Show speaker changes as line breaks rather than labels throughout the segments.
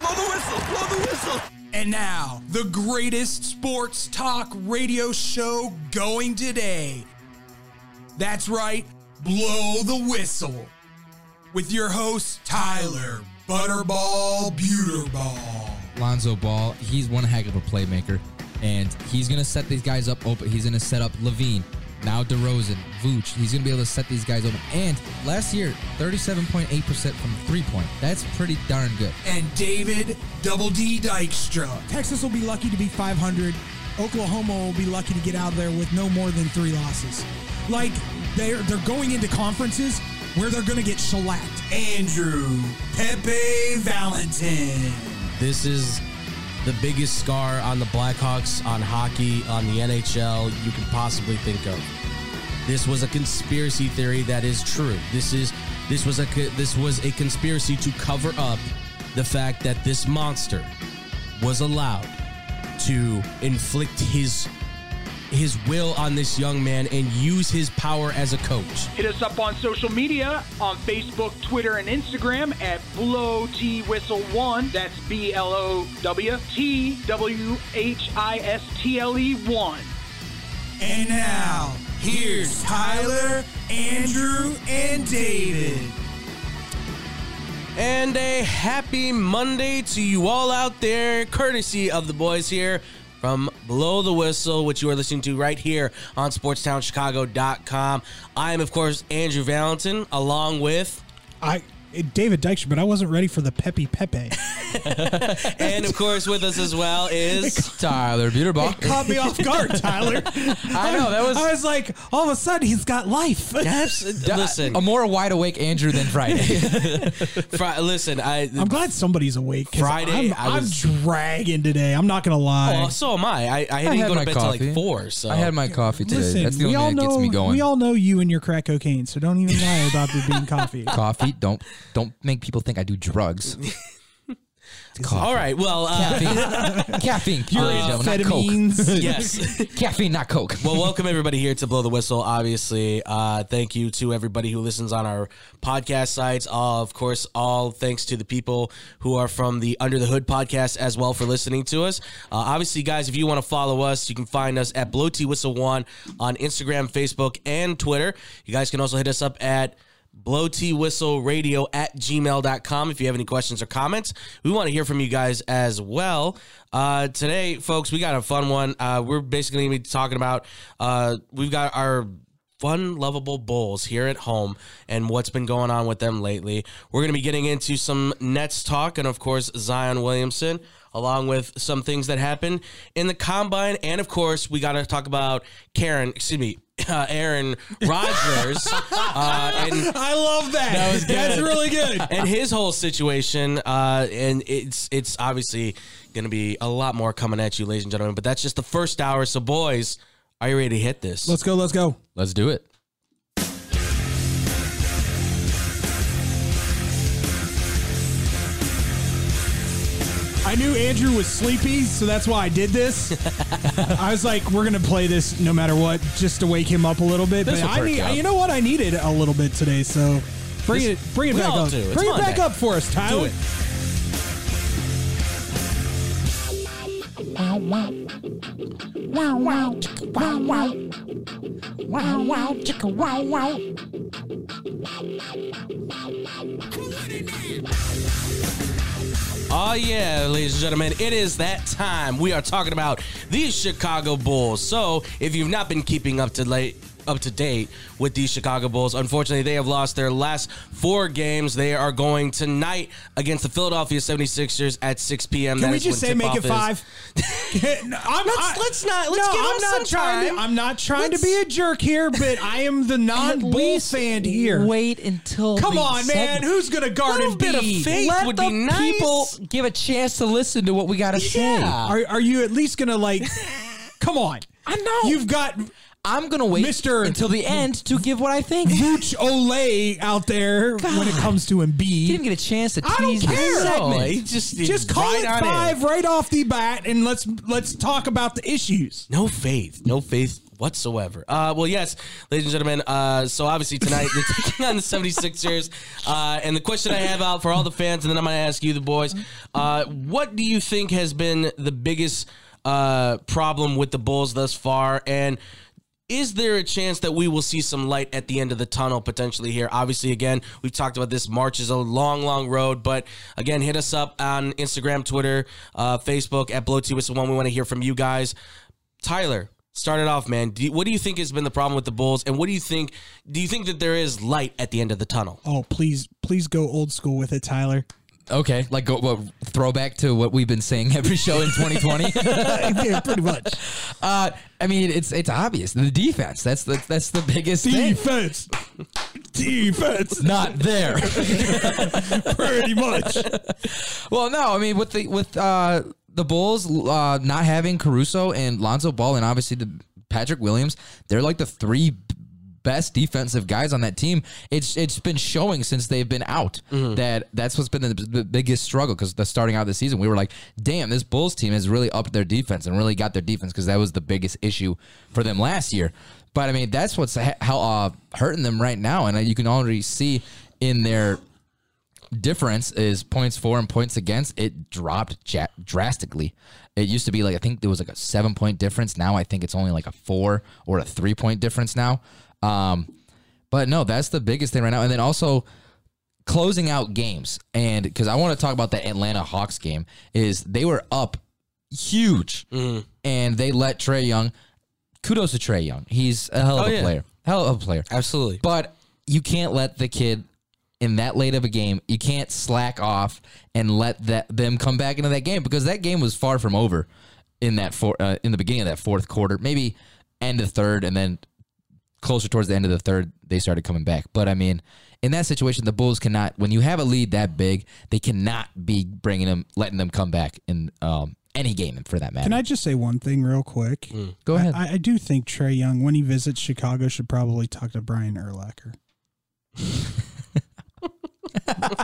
whistle. Blow the whistle.
And now, the greatest sports talk radio show going today. That's right, Blow the Whistle. With your host, Tyler Butterball Buterball.
Lonzo Ball, he's one heck of a playmaker, and he's gonna set these guys up open. He's gonna set up Levine, now DeRozan, Vooch. He's gonna be able to set these guys open. And last year, 37.8% from three point. That's pretty darn good.
And David Double D Dykstra.
Texas will be lucky to be 500. Oklahoma will be lucky to get out of there with no more than three losses. Like they're they're going into conferences where they're going to get shellacked.
Andrew Pepe Valentin.
This is the biggest scar on the Blackhawks, on hockey, on the NHL you can possibly think of. This was a conspiracy theory that is true. This is this was a co- this was a conspiracy to cover up the fact that this monster was allowed to inflict his his will on this young man and use his power as a coach.
Hit us up on social media on Facebook, Twitter, and Instagram at Blow T Whistle One. That's B L O W T W H I S T L E One.
And now, here's Tyler, Andrew, and David.
And a happy Monday to you all out there, courtesy of the boys here from Blow the Whistle, which you are listening to right here on SportstownChicago.com. I am, of course, Andrew Valentin, along with,
I David Dykstra, but I wasn't ready for the Pepe Pepe.
and of course, with us as well is.
Tyler Buterball.
Caught me off guard, Tyler.
I know that was.
I was like, all of a sudden he's got life.
Listen,
a more wide awake Andrew than Friday.
Fri- listen, I. oh,
I'm glad somebody's awake. 'cause
Friday,
I'm,
I
I'm
was-
dragging today. I'm not gonna lie.
Oh, so am I. I, I
I
didn't
had
go to
my
bed till
coffee.
like four. So
I had my coffee today.
Listen,
That's the only
we all
thing that
know
gets me going.
we all know you and your crack cocaine, so don't even lie about there being coffee.
coffee. Don't don't make people think I do drugs.
All right. Well, uh,
Caffeine, caffeine, pure though,
Oh,
not coke.
Amphetamines.
yes.
Caffeine, not coke.
well, welcome everybody here to Blow the Whistle. Obviously, uh, thank you to everybody who listens on our podcast sites. Uh, of course, all thanks to the people who are from the Under the Hood podcast as well for listening to us. Uh, obviously, guys, if you want to follow us, you can find us at Blow T Whistle One on Instagram, Facebook, and Twitter. You guys can also hit us up at blow t whistle radio at gmail.com if you have any questions or comments we want to hear from you guys as well uh, today folks we got a fun one uh, we're basically going to be talking about uh, we've got our fun lovable bulls here at home and what's been going on with them lately we're going to be getting into some nets talk and of course zion williamson along with some things that happened in the combine and of course we got to talk about karen excuse me uh, aaron rodgers uh, and
I love that. That's really good.
and his whole situation, uh, and it's it's obviously going to be a lot more coming at you, ladies and gentlemen. But that's just the first hour. So, boys, are you ready to hit this?
Let's go. Let's go.
Let's do it.
I knew Andrew was sleepy, so that's why I did this. I was like, we're gonna play this no matter what, just to wake him up a little bit.
This
but
will
I
perk
need,
you up.
you know what, I needed a little bit today, so bring
This-
it, bring it
we
back
all
up,
do. It's
bring it
Monday.
back up for us, Tyler.
it.
Wow wow chicka wow wow Wow wow chicka wow wow
Oh yeah, ladies and gentlemen, it is that time. We are talking about the Chicago Bulls. So, if you've not been keeping up to late up to date with the Chicago Bulls, unfortunately, they have lost their last 4 games. They are going tonight against the Philadelphia 76ers at 6 p.m.
Can
That
we
is
just
when
say make
tip-off
it
is.
five? No, I'm,
Let's- let's not- let's
no,
give
I'm
him
not
some
trying
time.
To, I'm not trying
Let's-
to be a jerk here, but I am the non-bull fan here.
Wait until.
Come
the
on, man.
segment.
Who's gonna guard
Little
and
bit of faith
Let
would
the
be nice.
people give a chance to listen to what we got to say.
Yeah.
Are, are you at least gonna like? come on.
I know.
You've got
I'm gonna wait
Mr.
until the end to give what I think. you
Booch Olay out there when it comes to
didn't
Embiid.
get a chance to
I don't
tease
care.
this
No,
segment.
it just
Just call
right on
it
in.
five right off the bat, and let's let's talk about the issues.
No faith, no faith whatsoever. Uh, well, yes, ladies and gentlemen. Uh, so obviously tonight we're taking on the 76ers. Uh, and the question I have out for all the fans, and then I'm going to ask you, the boys, uh, what do you think has been the biggest uh, problem with the Bulls thus far? And is there a chance that we will see some light at the end of the tunnel potentially here? Obviously, again, we've talked about this. March is a long, long road, but again, hit us up on Instagram, Twitter, uh, Facebook at Blow Two Whistle One. We want to hear from you guys. Tyler, start it off, man. Do you, what do you think has been the problem with the Bulls, and what do you think? Do you think that there is light at the end of the tunnel?
Oh, please, please go old school with it, Tyler.
Okay, like go, what, throwback to what we've been saying every show in 2020.
yeah, pretty much.
uh, I mean, it's it's obvious the defense. That's the that's the biggest thing.
Defense. Defense.
Not there.
Pretty much.
well, no, I mean with the with uh, the Bulls uh, not having Caruso and Lonzo Ball and obviously the Patrick Williams, they're like the three best defensive guys on that team. It's it's been showing since they've been out that that's what's been the, the biggest struggle because the starting out of the season we were like, damn, this Bulls team has really upped their defense and really got their defense because that was the biggest issue for them last year. But I mean, that's what's ha- how uh, hurting them right now, and uh, you can already see in their difference is points for and points against. It dropped ja- drastically. It used to be like I think there was like a seven point difference. Now I think it's only like a four or a three point difference now. Um, but no, that's the biggest thing right now. And then also closing out games, and because I want to talk about the Atlanta Hawks game, is they were up huge,
Mm-hmm.
and they let Trey Young. Kudos to Trey Young. He's a hell of
Oh,
a
yeah.
player. Hell of a player.
Absolutely.
But you can't let the kid in that late of a game, you can't slack off and let that them come back into that game because that game was far from over in that four, uh, in the beginning of that fourth quarter, maybe end of third, and then closer towards the end of the third, they started coming back. But I mean, in that situation, the Bulls cannot. When you have a lead that big, they cannot be bringing them, letting them come back in um, any game for that matter.
Can I just say one thing real quick?
Go ahead.
I, I do think Trey Young, when he visits Chicago, should probably talk to Brian Erlacher.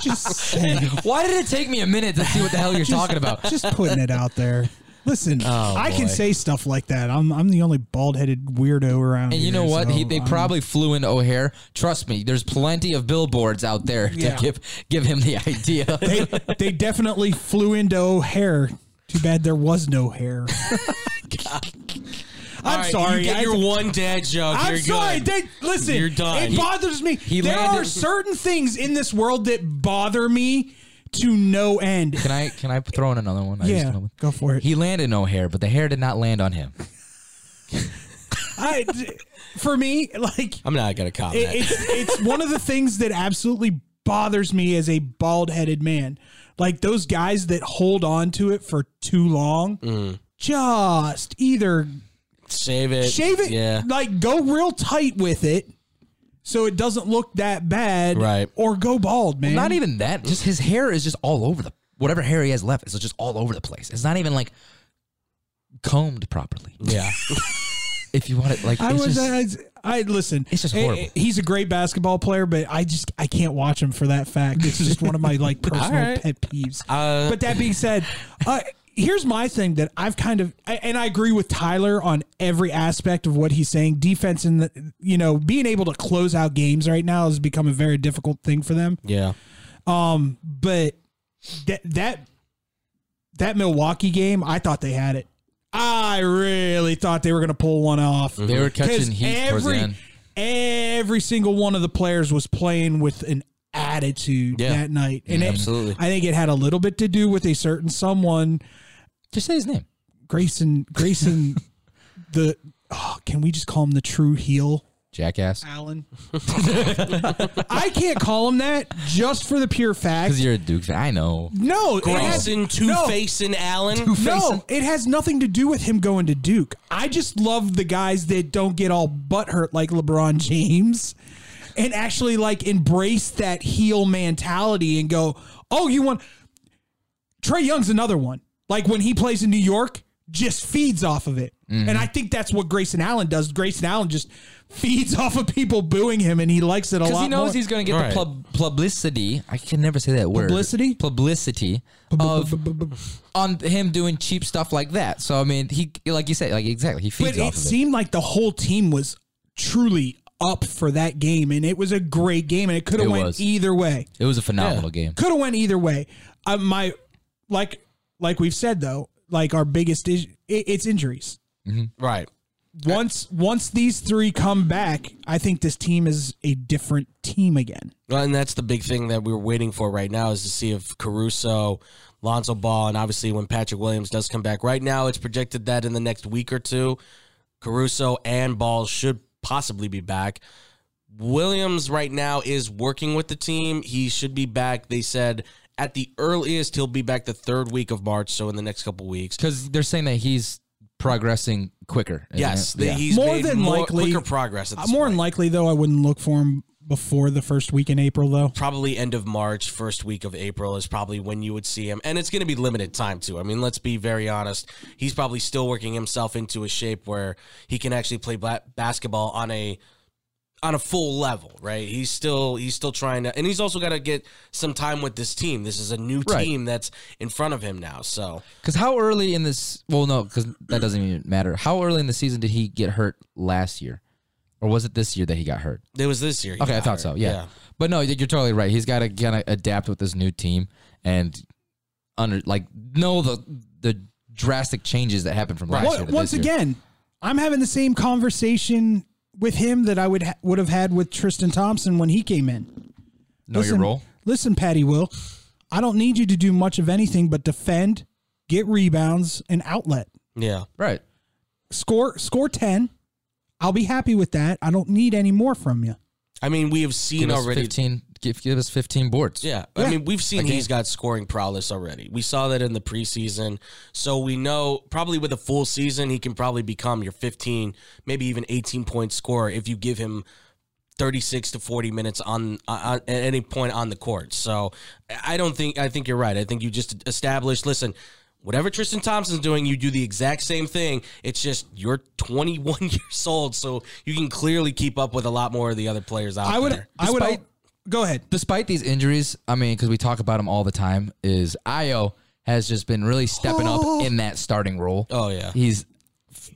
just saying.
Why did it take me a minute to see what the hell you're talking about? Oh,
Just putting it out there. Listen, I can
boy.
say stuff like that. I'm I'm the only bald headed weirdo
And
around.
you
here,
know what?
so um,
he, they
I'm-
probably flew into O'Hare. Trust me, there's plenty of billboards out there
Yeah.
to give give him the idea.
they, they definitely flew into O'Hare. Too bad there was no hair. I'm
All right,
sorry.
You get
I-
your one dad joke.
I'm
You're
sorry.
good.
They, listen,
You're done.
it bothers me.
he
there
landed-
are certain things in this world that bother me to no end.
can I can I throw in another one? I just
yeah,
know-
go for it.
He landed in O'Hare, but the hair did not land on him.
I, for me, like
I'm not gonna comment.
It, it's it's one of the things that absolutely bothers me as a bald headed man. Like those guys that hold on to it for too long,
Mm.
just either
shave it.
shave it,
Yeah.
like go real tight with it, so it doesn't look that bad,
Right.
Or go bald, man.
Not even that. Just his hair is just all over the whatever hair he has left is just all over the place. It's not even like combed properly.
Yeah.
If you want it, like
I
it's
was. uh,
just-
I, I listen.
It's just
eh,
horrible.
eh, He's a great basketball player, but I just I can't watch him for that fact. It's just one of my like personal
right.
pet peeves.
Uh,
but that being said, uh, here's my thing that I've kind of I- and I agree with Tyler on every aspect of what he's saying. Defense and the, you know being able to close out games right now has become a very difficult thing for them.
yeah.
But that that that Milwaukee game, I thought they had it. I really thought they were going to pull one off.
they were catching
'Cause
heat towards the end.
Every single one of the players was playing with an attitude
Yeah.
that night, and it-
absolutely.
I think it had a little bit to do with a certain someone,
Just say his name.
Grayson. Grayson, the oh, can we just call him the true heel,
Jackass.
Allen? I can't call him that just for the pure fact.
Because you're a Duke fan. I know.
No, it has-
Grayson, Two
no,
Face, and Allen.
No, it has nothing to do with him going to Duke. I just love the guys that don't get all butthurt like LeBron James and actually like embrace that heel mentality and go, oh, you want Trey Young's another one. Like when he plays in New York, just feeds off of it.
Mm-hmm.
And I think that's what Grayson Allen does. Grayson Allen just feeds off of people booing him, and he likes it a lot.
Because he knows
more.
he's going to get
Right.
the pub- publicity. I can never say that word.
Publicity?
Publicity of on him doing cheap stuff like that. So I mean, he like you said, like exactly, he feeds
But it
off of it.
seemed like the whole team was truly up for that game, and it was a great game, and it could have
It
went
was.
either way.
It was a phenomenal game.
Could have went either way. Uh, my like like we've said though, like our biggest is it, it's injuries.
Right.
Once once these three come back, I think this team is a different team again.
Well, and that's the big thing that we're waiting for right now is to see if Caruso, Lonzo Ball, and obviously when Patrick Williams does come back. Right now, it's projected that in the next week or two, Caruso and Ball should possibly be back. Williams right now is working with the team. He should be back. They said at the earliest he'll be back the third week of March, so in the next couple weeks.
because they're saying that he's progressing quicker. isn't
Yes,
it?
they,
Yeah.
he's
More
made
than
more,
likely-
quicker progress. At
Uh,
this
More
point.
than likely though, I wouldn't look for him before the first week in April though.
probably end of March, first week of April is probably when you would see him. And it's going to be limited time, too. I mean, let's be very honest. He's probably still working himself into a shape where he can actually play bla- basketball on a on a full level, right? He's still he's still trying to and he's also got to get some time with this team. This is a new
Right.
team that's in front of him now. So,
Because how early in this? Well, no, because that doesn't even matter. How early in the season did he get hurt last year, or was it this year that he got hurt?
it was this year. he
Okay, I
got
thought
hurt.
so. Yeah. but no, you're totally right. He's got to kind of adapt with this new team and under like know the the drastic changes that happened from last
Well,
year. to
once
this year.
again, I'm having the same conversation with him that I would ha- would have had with Tristan Thompson when he came in.
know
listen,
your role.
Listen, Patty Will, I don't need you to do much of anything but defend, get rebounds, and outlet.
Yeah.
Right.
Score score ten. I'll be happy with that. I don't need any more from you.
I mean, we have seen
Give us
already
fifteen. Give, give us fifteen boards.
Yeah. I mean, we've seen he's got scoring prowess already. We saw that in the preseason. So we know probably with a full season, he can probably become your 15, maybe even 18 point scorer if you give him 36 to 40 minutes on, on at any point on the court. So I don't think I think you're right. I think you just established listen, whatever Tristan Thompson's doing, you do the exact same thing. It's just you're 21 years old, so you can clearly keep up with a lot more of the other players out
I would.
there.
I would.
Despite-
go ahead.
despite these injuries, I mean, because we talk about him all the time, is Io has just been really stepping
Oh.
up in that starting role.
Oh yeah.
He's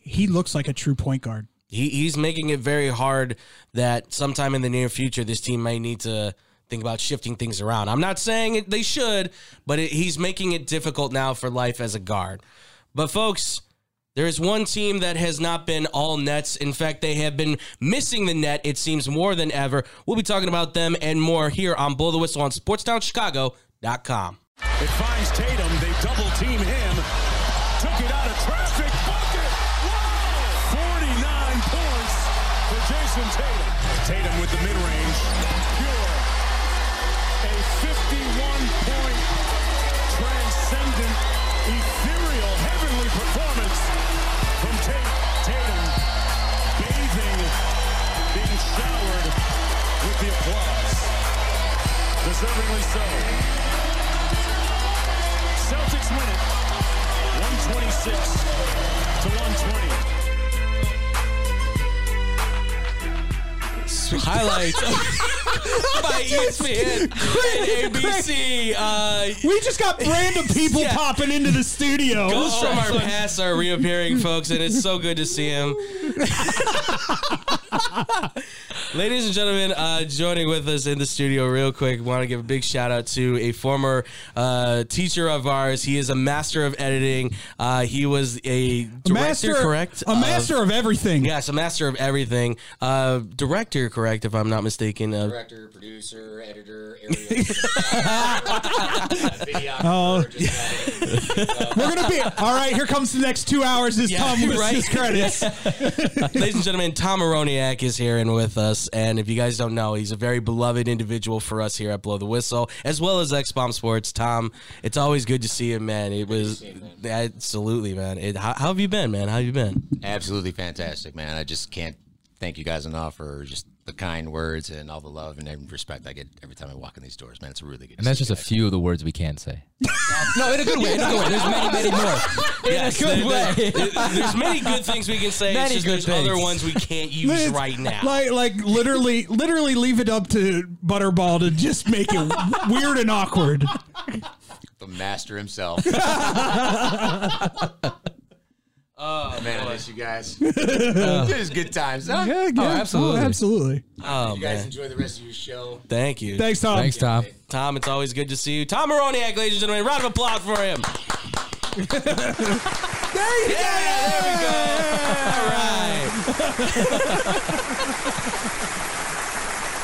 He looks like a true point guard.
he, he's making it very hard that sometime in the near future this team may need to think about shifting things around. I'm not saying it, they should, but it, he's making it difficult now for life as a guard. But folks, there is one team that has not been all nets. In fact, they have been missing the net. It seems more than ever. We'll be talking about them and more here on Blow the Whistle on SportsTownChicago.com.
It finds Tatum. They double team him. Took it out of traffic. Bucket. Wow. 49 points for Jason Tatum. Tatum with the mid range. Pure. A 51 point transcendent, ethereal, heavenly performance from Tate Tatum. Bathing, being showered with the applause. Deservingly so. Celtics win it 126 to 120.
Highlights by E ESPN and ABC. Uh,
We just got random people
Yeah.
popping into the studio.
Ghosts from our past are reappearing, folks, and it's so good to see him. Ladies and gentlemen, uh, joining with us in the studio real quick, want to give a big shout out to a former uh, teacher of ours. He is a master of editing. Uh, he was a director,
master,
correct?
A
of-
master of everything.
Yes, a master of everything. Uh, director, correct, if I'm not mistaken. Uh,
director, producer, editor, area. oh.
We're gonna be all right. Here comes the next two hours. Is
Yeah,
Tom Lewis's
right.
credits?
Ladies and gentlemen, Tom Aroniak is here and with us. And if you guys don't know, he's a very beloved individual for us here at Blow the Whistle, as well as X Bomb Sports. Tom, it's always good to see you, man. It was absolutely, man. It, how, how have you been, man? How have you been?
Absolutely fantastic, man. I just can't thank you guys enough for just the kind words and all the love and respect I get every time I walk in these doors, man. It's really good. to
and that's
see
just a
you guys.
few of the words we can say. no, in a good way. In a good way. There's many, many more.
Yes,
In a good
there- there-
way.
there's many good things we can say.
Many
it's just
good
there's other
things.
ones we can't use
It's
right now.
Like, like literally, literally leave it up to Butterball to just make it weird and awkward.
The master himself. oh man, I miss you guys.
Uh,
this is good times. Huh?
yeah,
absolutely.
absolutely.
oh
You guys
man,
enjoy the rest of your show.
thank you,
Thanks, Tom.
Thanks, Tom.
Tom. It's always good to see you, Tom Aroniak, ladies and gentlemen. Round of applause for him.
There you go.
Yeah, there we go.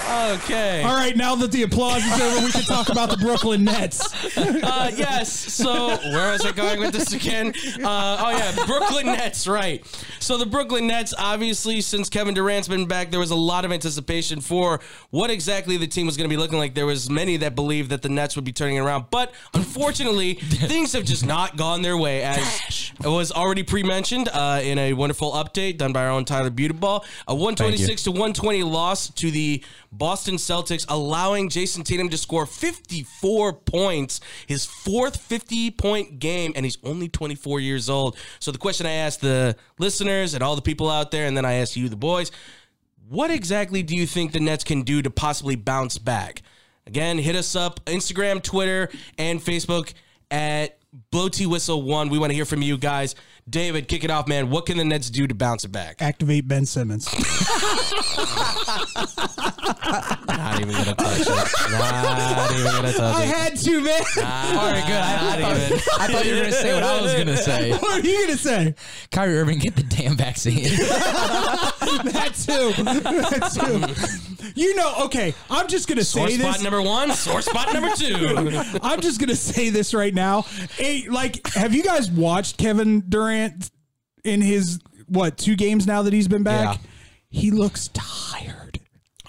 All right. okay.
All right, now that the applause is over, we can talk about the Brooklyn Nets.
uh, yes. So where is it going with this again? Uh, oh yeah, Brooklyn Nets, right? So the Brooklyn Nets, obviously, since Kevin Durant's been back, there was a lot of anticipation for what exactly the team was going to be looking like. There was many that believed that the Nets would be turning it around, but unfortunately, things have just not gone their way. As it was already pre-mentioned uh, in a wonderful update done by our own Tyler Butaball, a one twenty six to one twenty loss to the Boston Celtics, allowing Jason Tatum to score fifty four points, his fourth fifty point game, and he's only twenty four years old. So the question I asked the listeners and all the people out there, and then I asked you, the boys. What exactly do you think the Nets can do to possibly bounce back? Again, hit us up Instagram, Twitter, and Facebook at Blow T Whistle One. We want to hear from you guys. David, kick it off, man. What can the Nets do to bounce it back?
Activate Ben Simmons.
Not even gonna touch it. Not even gonna touch
I had to, man.
All right, good. I, I, thought, I thought you were going to say what I was going to say.
What are you gonna say?
Kyrie Irving, get the damn vaccine.
That too. That too. You know, okay. I'm just gonna
Sore
say
spot
this.
number one, sore spot number two.
I'm just gonna say this right now. Hey, like, have you guys watched Kevin Durant in his what two games now that he's been
Yeah.
back? He looks tired.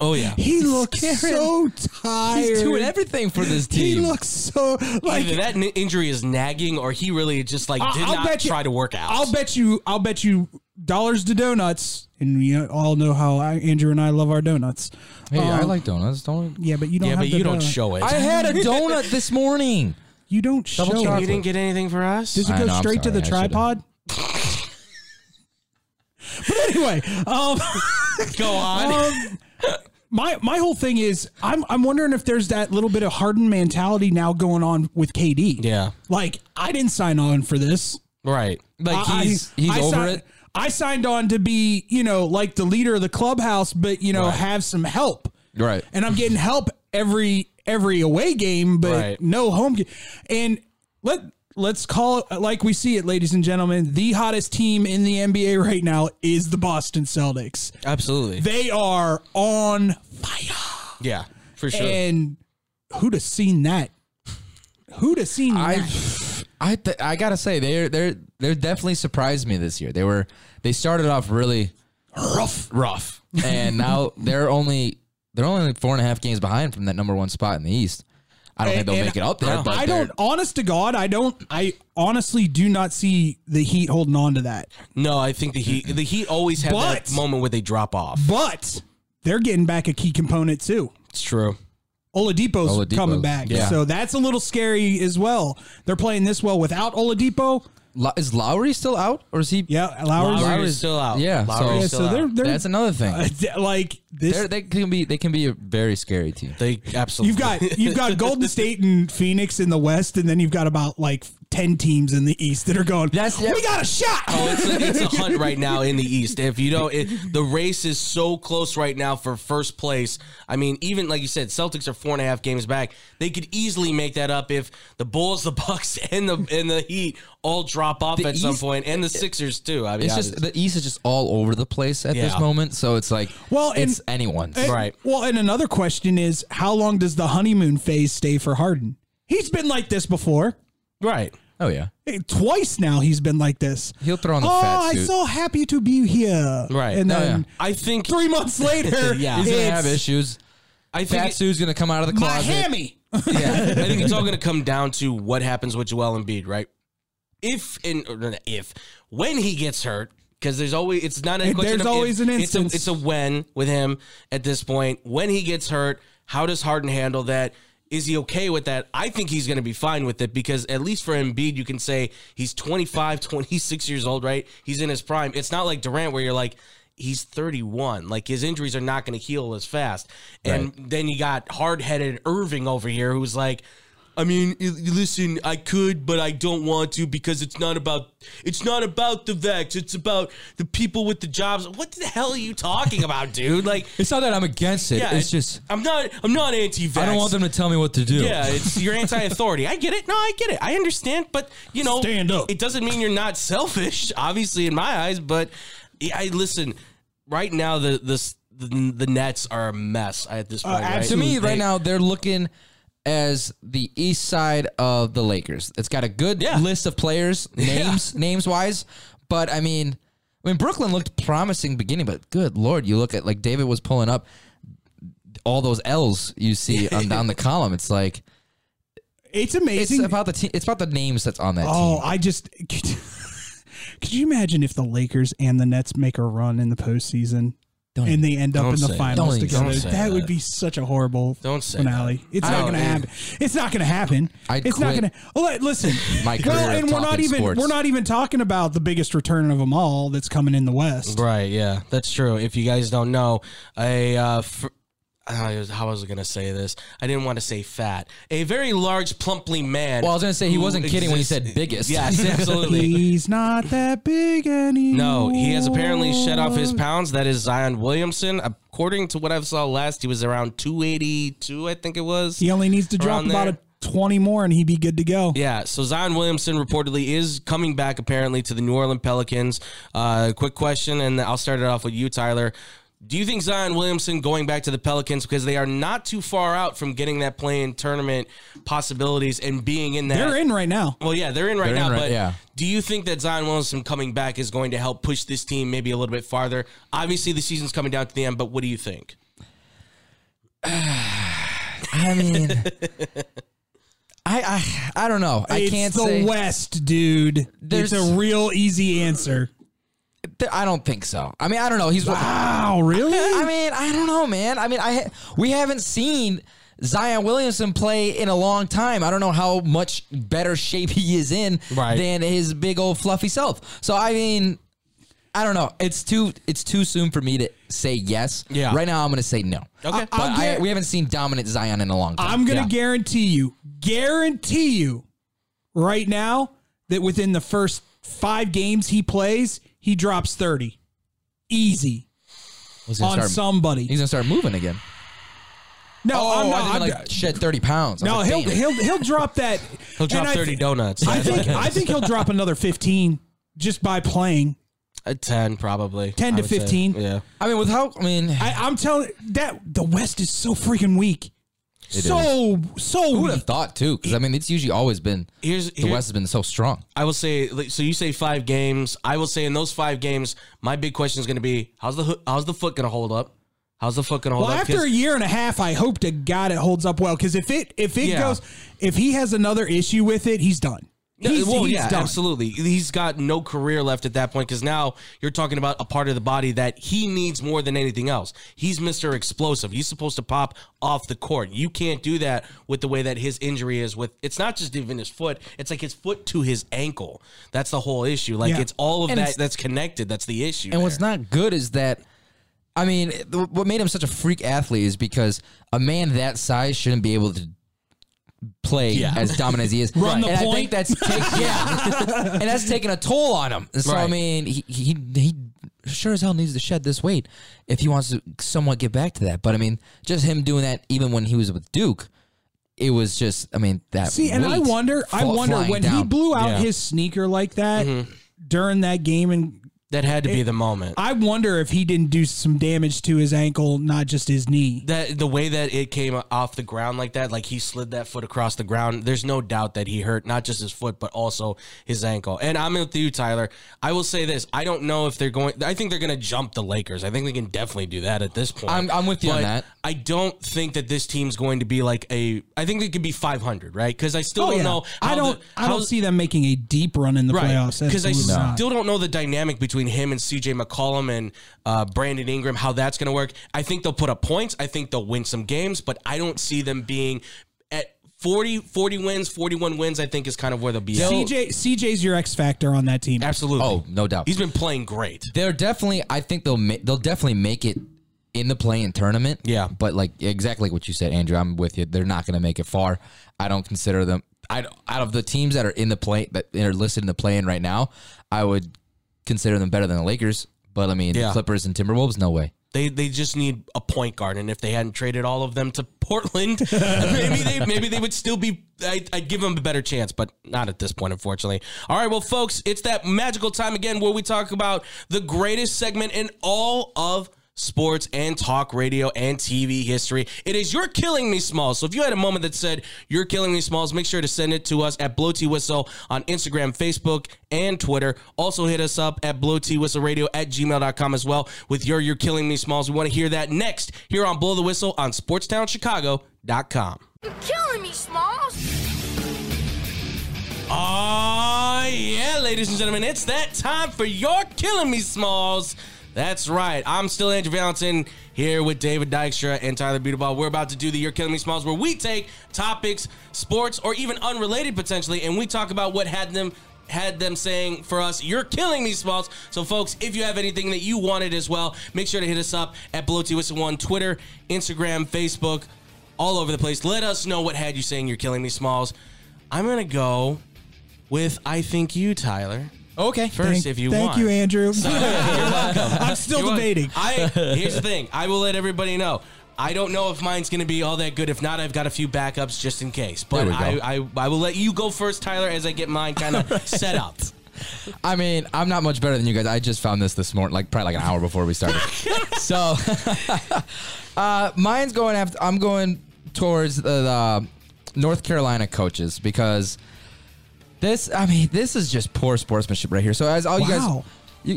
Oh yeah.
He looks so tired.
He's doing everything for this
He
team.
looks so like
Either that n- injury is nagging, or he really just like did
I'll
not
bet you-
try to work out.
I'll bet you. I'll bet you dollars to donuts, and we all know how I, Andrew and I love our donuts.
Hey, I
Um,
like donuts. Don't.
Yeah, but you don't.
yeah,
have
but
the
you don't
donut.
show it.
I had a donut this morning.
You don't
Double
show.
chocolate.
it.
you didn't get anything for us.
Does it
I
go
know, I'm
straight to the
sorry, I should've-
tripod? but anyway, um,
go on.
um, my my whole thing is I'm I'm wondering if there's that little bit of hardened mentality now going on with KD.
Yeah.
like I didn't sign on for this.
Right.
Like
I-
he's he's
I
over
si-
it.
I signed on to be, you know, like the leader of the clubhouse, but you know, have some help.
Right.
And I'm getting help every every away game, but
Right.
no home game. And let let's call it like we see it, ladies and gentlemen. The hottest team in the NBA right now is the Boston Celtics.
Absolutely.
They are on fire.
yeah. For sure.
And who'd have seen that? Who'd have seen
I,
that?
I, th- I gotta say they're they're they're definitely surprised me this year. They were they started off really rough, rough, and now they're only they're only four and a half games behind from that number one spot in the East. I don't think
And-
they'll make it
and
up there. But
I don't. Honest to God, I don't. I honestly do not see the Heat holding on to that.
No, I think the Heat. The Heat always have
But-
that moment where they drop off.
But they're getting back a key component too.
It's true.
Oladipo's
Oladipo,
coming back,
yeah.
so that's a little scary as well. They're playing this well without Oladipo.
Lo- is Lowry still out or is he?
Yeah,
Lowry
Lowry's
Lowry's-
is still out.
yeah,
Lowry
so-
is
yeah,
still
so
out.
they're they're
That's another thing.
like this.
They're, they can be they can be a very scary team.
they absolutely.
you've got you've got Golden State and Phoenix in the West, and then you've got about like ten teams in the East that are going.
That's- yeah.
we got a shot.
Oh, it's a, it's a hunt right now in the East. If you don't, it, the race is so close right now for first place. I mean, even like you said, Celtics are four and a half games back. They could easily make that up if the Bulls, the Bucks, and the and the Heat all drop off
The
at some
East-
point, and the Sixers too. I mean,
It's just
obviously.
the East is just all over the place at
Yeah.
this moment, so it's like
Well, and-
it's anyone's.
And-
Right.
Well, and another question is how long does the honeymoon phase stay for Harden? He's been like this before.
right.
Oh yeah,
Eh, Twice now he's been like this.
He'll throw on the
oh,
fat
I'm
suit."
so happy to be here.
Right.
And
Oh,
then
I think
three months later,
Yeah.
he's gonna
it's
have issues.
I think
Fat
it-
Sue's gonna come out of the
My
closet.
hammy.
I think it's all going to come down to what happens with Joel Embiid, right? If and or not if when he gets hurt, because there's always it's not a
And
question.
there's
of
always
if,
an
it's a-
instance.
It's a, when with him at this point. When he gets hurt, how does Harden handle that? Is he okay with that? I think he's going to be fine with it because at least for Embiid, you can say he's 25, 26 years old, right? He's in his prime. It's not like Durant where you're like, he's 31. Like his injuries are not going to heal as fast. And then you got hard headed Irving over here who's like, I mean, i- listen, I could, but I don't want to because it's not about it's not about the vex. It's about the people with the jobs. What the hell are you talking about, dude? Like,
It's not that I'm against it.
yeah,
it's just
I'm not I'm not anti-vax.
I don't want them to tell me what to do.
Yeah, it's you're anti-authority. I get it. No, I get it. I understand, but you know,
Stand up.
It doesn't mean you're not selfish, obviously in my eyes. But yeah, I listen. Right now, the this the, the Nets are a mess at this point. right?
to me
They-
right now they're looking as the east side of the Lakers. It's got a good
Yeah.
list of players names names wise, but I mean, I mean Brooklyn looked promising beginning, but good lord, you look at like David was pulling up all those L's you see on down the column. It's like it's
It's amazing.
about the te- it's about the names that's on that
oh,
team.
I just could, could you imagine if the Lakers and the Nets make a run in the postseason?
Don't
and they end up
don't
in the
say that.
finals
Don't
together.
say
That, would be such a horrible
Don't say
finale. It's
I
not
don't-
going to happen. It's not going to happen.
I'd
it's not
quit
going to. Well, listen.
my
well,
career
and we're not
talking
even
sports.
we're not even talking about the biggest return of them all that's coming in the West.
Right. Yeah, that's true. If you guys don't know, a uh, fr- I was- how was I going to say this? I didn't want to say fat. A very large, plumply man.
Well, I was gonna say he
who
wasn't kidding when he
exists-
said biggest.
Yes, absolutely.
He's not that big anymore.
No, he has apparently shed off his pounds. That is Zion Williamson. According to what I saw last, he was around 282, I think it was.
He only needs to drop
Around
about
there.
a twenty more, and he'd be good to go.
Yeah, so Zion Williamson reportedly is coming back apparently to the New Orleans Pelicans. Uh, quick question, and I'll start it off with you, Tyler. Do you think Zion Williamson going back to the Pelicans because they are not too far out from getting that playing tournament possibilities and being in that?
They're in right now.
Well, yeah, they're in
They're
right
in
now.
right-
but
yeah.
do you think that Zion Williamson coming back is going to help push this team maybe a little bit farther? Obviously, the season's coming down to the end, but what do you think?
I mean I, I I don't know. I
it's
can't
the
say
West, dude.
There's-
it's a real easy answer.
I don't think so. I mean, I don't know. He's
Wow, really?
I mean, I don't know, man. I mean, I ha- we haven't seen Zion Williamson play in a long time. I don't know how much better shape he is in
Right.
than his big old fluffy self. So I mean, I don't know. It's too it's too soon for me to say yes.
Yeah.
Right now, I'm going to say no.
Okay.
But
I'll
I,
get-
we haven't seen dominant Zion in a long time.
I'm going to
Yeah.
guarantee you, guarantee you right now that within the first five games he plays, he drops 30. Easy
He's gonna
on
start-
somebody.
He's gonna start moving again.
no,
Oh,
I'm
I'm
not. I'm
like
not-
shed thirty pounds. I'm
no,
like,
he'll,
damn.
he'll, he'll drop that.
He'll drop
And I
30
thi-
donuts.
I think, I think he'll drop another 15 just by playing.
A 10, probably.
10
I
to
would say.
15.
Yeah.
I mean, with how I mean,
I, I'm telling that the West is so freaking weak. so, so
who would
weak.
have thought too? Because I mean, it's usually always been
Here's,
the West has been so strong.
I will say. like, So you say five games. I will say in those five games, my big question is going to be how's the hoo- how's the foot going to hold up? How's the foot going to hold
Well,
up?
after a
'Cause-
year and a half, I hope to God it holds up well. Because if it if it
Yeah.
goes, if he has another issue with it, he's done. He's,
well,
he's
yeah,
done.
absolutely. He's got no career left at that point because now you're talking about a part of the body that he needs more than anything else. He's Mr. Explosive. He's supposed to pop off the court. You can't do that with the way that his injury is. With it's not just even his foot; it's like his foot to his ankle. That's the whole issue. Like
Yeah.
it's all of
And
that
it's-
that's connected. That's the issue.
And what's
there.
not good is that, I mean, th- what made him such a freak athlete is because a man that size shouldn't be able to play as dominant as he is.
Run the
and I
point.
think that's take, yeah, and that's taking a toll on him. And so I
Right.
mean, he, he he sure as hell needs to shed this weight if he wants to somewhat get back to that. But I mean, just him doing that even when he was with Duke. It was just, I mean, that.
See, and I
weight
wonder, I
fl-
wonder
flying
when he
down. Mm-hmm.
blew out
Yeah.
his sneaker like that during that game, and
that had to be the moment.
I wonder if he didn't do some damage to his ankle, not just his knee.
that the way that it came off the ground like that, like he slid that foot across the ground. There's no doubt that he hurt not just his foot but also his ankle. And I'm with you, Tyler. I will say this: I don't know if they're going. I think they're going to jump the Lakers. I think they can definitely do that at this point.
I'm- I'm with you on
But
that.
I don't think that this team's going to be like a. I think they could be 500, right? Because I still
Oh
don't
yeah,
know.
I
how
don't.
the-
I
how-
don't see them making a deep run in the playoffs.
because I
Absolutely not.
still don't know the dynamic between him and CJ McCollum and uh, Brandon Ingram, how that's going to work. I think they'll put up points. I think they'll win some games, but I don't see them being at 40, 40 wins, 41 wins, I think is kind of where they'll be. at.
CJ CJ's your X factor on that team.
Absolutely.
Oh, no doubt.
He's been playing great.
They're definitely. I think they'll ma- they'll definitely make it in the play-in tournament.
Yeah.
but like exactly what you said, Andrew. I'm with you. They're not going to make it far. I don't consider them. I don't- out of the teams that are in the play that are listed in the play-in right now, I would consider them better than the Lakers. But I mean,
Yeah.
Clippers and Timberwolves, no way.
They they just need a point guard, and if they hadn't traded all of them to Portland, maybe they maybe they would still be. I, I'd give them a better chance, but not at this point, unfortunately. All right, well, folks, it's that magical time again where we talk about the greatest segment in all of sports and talk radio and TV history. It is You're Killing Me Smalls. So if you had a moment that said You're Killing Me Smalls, make sure to send it to us at Blow T Whistle on Instagram, Facebook, and Twitter. Also hit us up at Blow T Whistle Radio at gmail.com as well with your You're Killing Me Smalls. We want to hear that next here on Blow the Whistle on SportstownChicago.com.
You're killing me, Smalls.
Ah, yeah, ladies and gentlemen, it's that time for You're Killing Me, Smalls. That's right. I'm still Andrew Valentin here with David Dykstra and Tyler Beautiful. We're about to do the You're Killing Me, Smalls, where we take topics, sports, or even unrelated potentially, and we talk about what had them had them saying for us, you're killing me, Smalls. So, folks, if you have anything that you wanted as well, make sure to hit us up at Below T Whistle One, Twitter, Instagram, Facebook, all over the place. Let us know what had you saying you're killing me, Smalls. I'm gonna go with I think you, Tyler.
Okay,
First,
Thank,
if you
thank
want.
you, Andrew. I'm still
You're welcome.
debating.
I here's the thing. I will let everybody know. I don't know if mine's going to be all that good. If not, I've got a few backups just in case. But
There we
I,
go.
I, I will let you go first, Tyler, as I get mine kind of set up.
I mean, I'm not much better than you guys. I just found this this morning, like probably like an hour before we started. so, uh, mine's going after. I'm going towards the, the North Carolina coaches because this. I mean, this is just poor sportsmanship right here. So, as all
Wow.
you guys,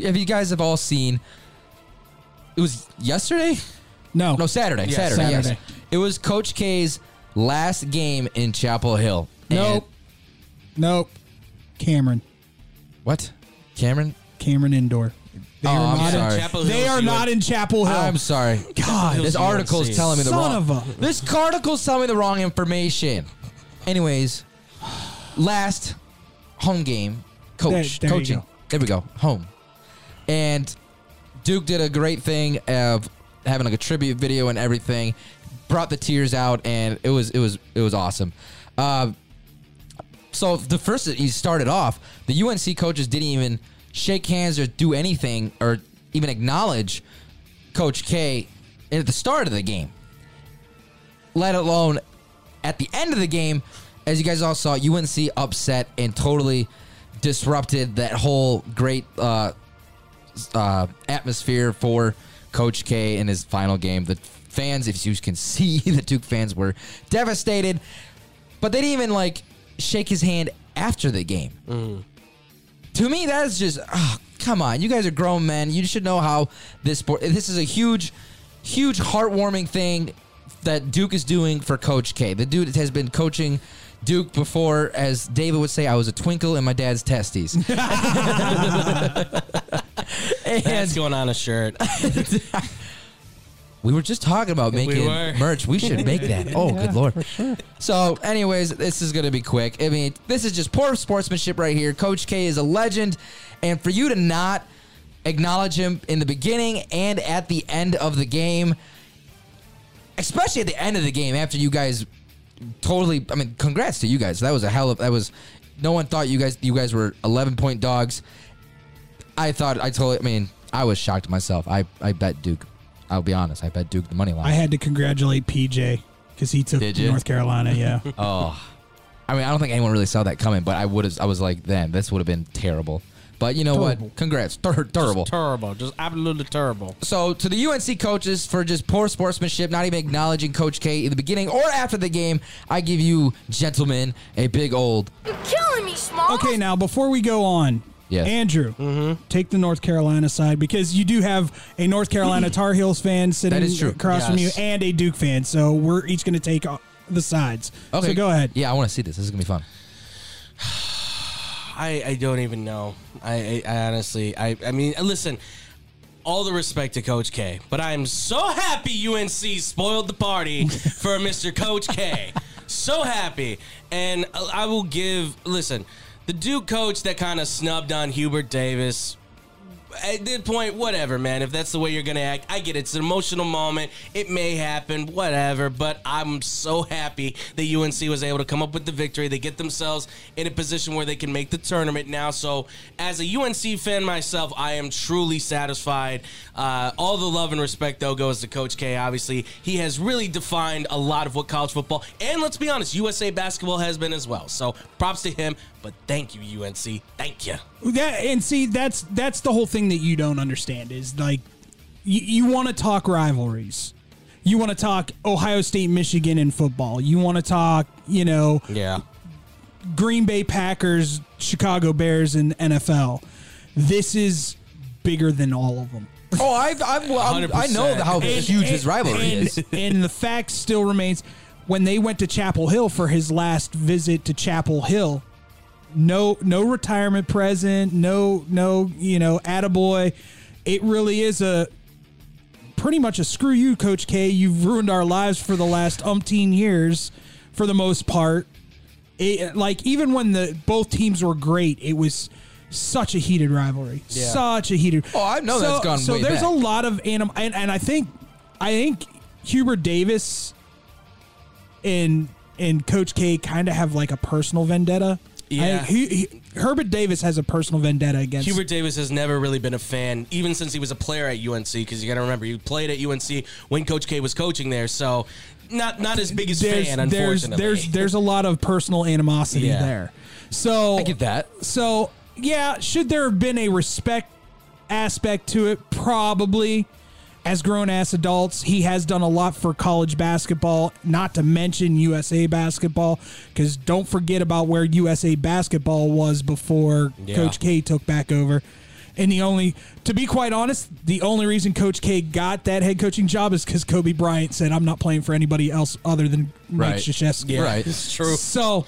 you, if you guys have all seen, it was yesterday.
No,
No, Saturday. Saturday.
Saturday.
Yes. It was Coach K's last game in Chapel Hill.
Nope. nope. Cameron,
And- what? Cameron?
Cameron Indoor. They
Oh,
are
I'm
not.
sorry.
In,
Chapel
they
Hill,
are
you
not
would-
in Chapel Hill.
I'm sorry.
God,
This
UNC.
article's telling me the
Son
wrong.
of a-
This article's telling me the wrong information. Anyways, last home game, coach,
There- there you
coaching.
go.
There we go, home, and Duke did a great thing of having like a tribute video and everything. Brought the tears out, and it was it was it was awesome. Uh, so the first that he started off, the UNC coaches didn't even shake hands or do anything or even acknowledge Coach K at the start of the game, let alone at the end of the game. As you guys all saw, UNC upset and totally disrupted that whole great uh, uh, atmosphere for Coach K in his final game. The fans, if you can see, the Duke fans were devastated, but they didn't even like shake his hand after the game. To me, that is just oh, come on. You guys are grown men. You should know how this sport. This is a huge, huge heartwarming thing that Duke is doing for Coach K. The dude has been coaching. Duke before, as David would say, I was a twinkle in my dad's testes. and
That's going on a shirt.
we were just talking about making
were.
merch. We should make that. Oh, good lord. So, anyways, this is going to be quick. I mean, this is just poor sportsmanship right here. Coach K is a legend. And for you to not acknowledge him in the beginning and at the end of the game, especially at the end of the game after you guys totally I mean congrats to you guys. That was a hell of that was no one thought you guys you guys were 11 point dogs. I thought I totally I mean I was shocked myself. I I bet Duke. I'll be honest. I bet Duke the money
I
line.
had to congratulate PJ because he took
Did you?
North Carolina. Yeah.
oh. I mean, I don't think anyone really saw that coming, but I would have I was like, "Then this would have been terrible." But you know
Terrible.
what? Congrats. Ter- terrible.
terrible. Just absolutely terrible.
So to the UNC coaches for just poor sportsmanship, not even acknowledging Coach K in the beginning or after the game, I give you gentlemen a big old
You're killing me, Smalls.
Okay, now before we go on,
Yes.
Andrew,
Mm-hmm.
take the North Carolina side because you do have a North Carolina Tar Heels fan sitting
Mm. That is true.
across from you
Yes.
and a Duke fan. So we're each going to take uh, the sides.
Okay,
So go ahead.
Yeah, I want to see this. This is gonna be fun.
I, I don't even know. I, I, I honestly, I, I mean, listen, all the respect to Coach K, but I am so happy UNC spoiled the party for Mr. Coach K. so happy. And I will give. Listen, the Duke coach that kind of snubbed on Hubert Davis. At this point, whatever, man. If that's the way you're gonna act, I get it. It's an emotional moment. It may happen, whatever. But I'm so happy that UNC was able to come up with the victory. They get themselves in a position where they can make the tournament now. So, as a UNC fan myself, I am truly satisfied. Uh, all the love and respect though goes to Coach K. Obviously, he has really defined a lot of what college football and let's be honest, USA basketball has been as well. So, props to him. But thank you, UNC. Thank you.
That and see that's that's the whole thing that you don't understand is like you, you want to talk rivalries. You want to talk Ohio State Michigan in football. You want to talk, you know,
Yeah.
Green Bay Packers, Chicago Bears in NFL. This is bigger than all of them.
Oh, I've, I've, I've I know
100%.
how huge his rivalry
and,
is.
and the fact still remains when they went to Chapel Hill for his last visit to Chapel Hill, no no retirement present, no no, you know, attaboy. It really is a pretty much a screw you, Coach K. You've ruined our lives for the last umpteen years for the most part. It, like even when the both teams were great, it was such a heated rivalry. Such a heated.
Oh, I know that's gone
So
way
there's
back.
a lot of anim, and, and I think, I think Hubert Davis and and Coach K kind of have like a personal vendetta.
Yeah.
I, he, he, Herbert Davis has a personal vendetta against
Hubert Davis has never really been a fan, even since he was a player at UNC. Because you got to remember, he played at UNC when Coach K was coaching there, so not not his biggest
there's,
fan,
there's
unfortunately.
there's there's a lot of personal animosity
Yeah.
there. So
I get that.
So yeah, should there have been a respect aspect to it? Probably. As grown ass adults, he has done a lot for college basketball, not to mention USA basketball. Because don't forget about where USA basketball was before
Yeah.
Coach K took back over. And the only, to be quite honest, the only reason Coach K got that head coaching job is because Kobe Bryant said, "I'm not playing for anybody else other than
Right.
Mike Krzyzewski."
Right.
it's true.
So,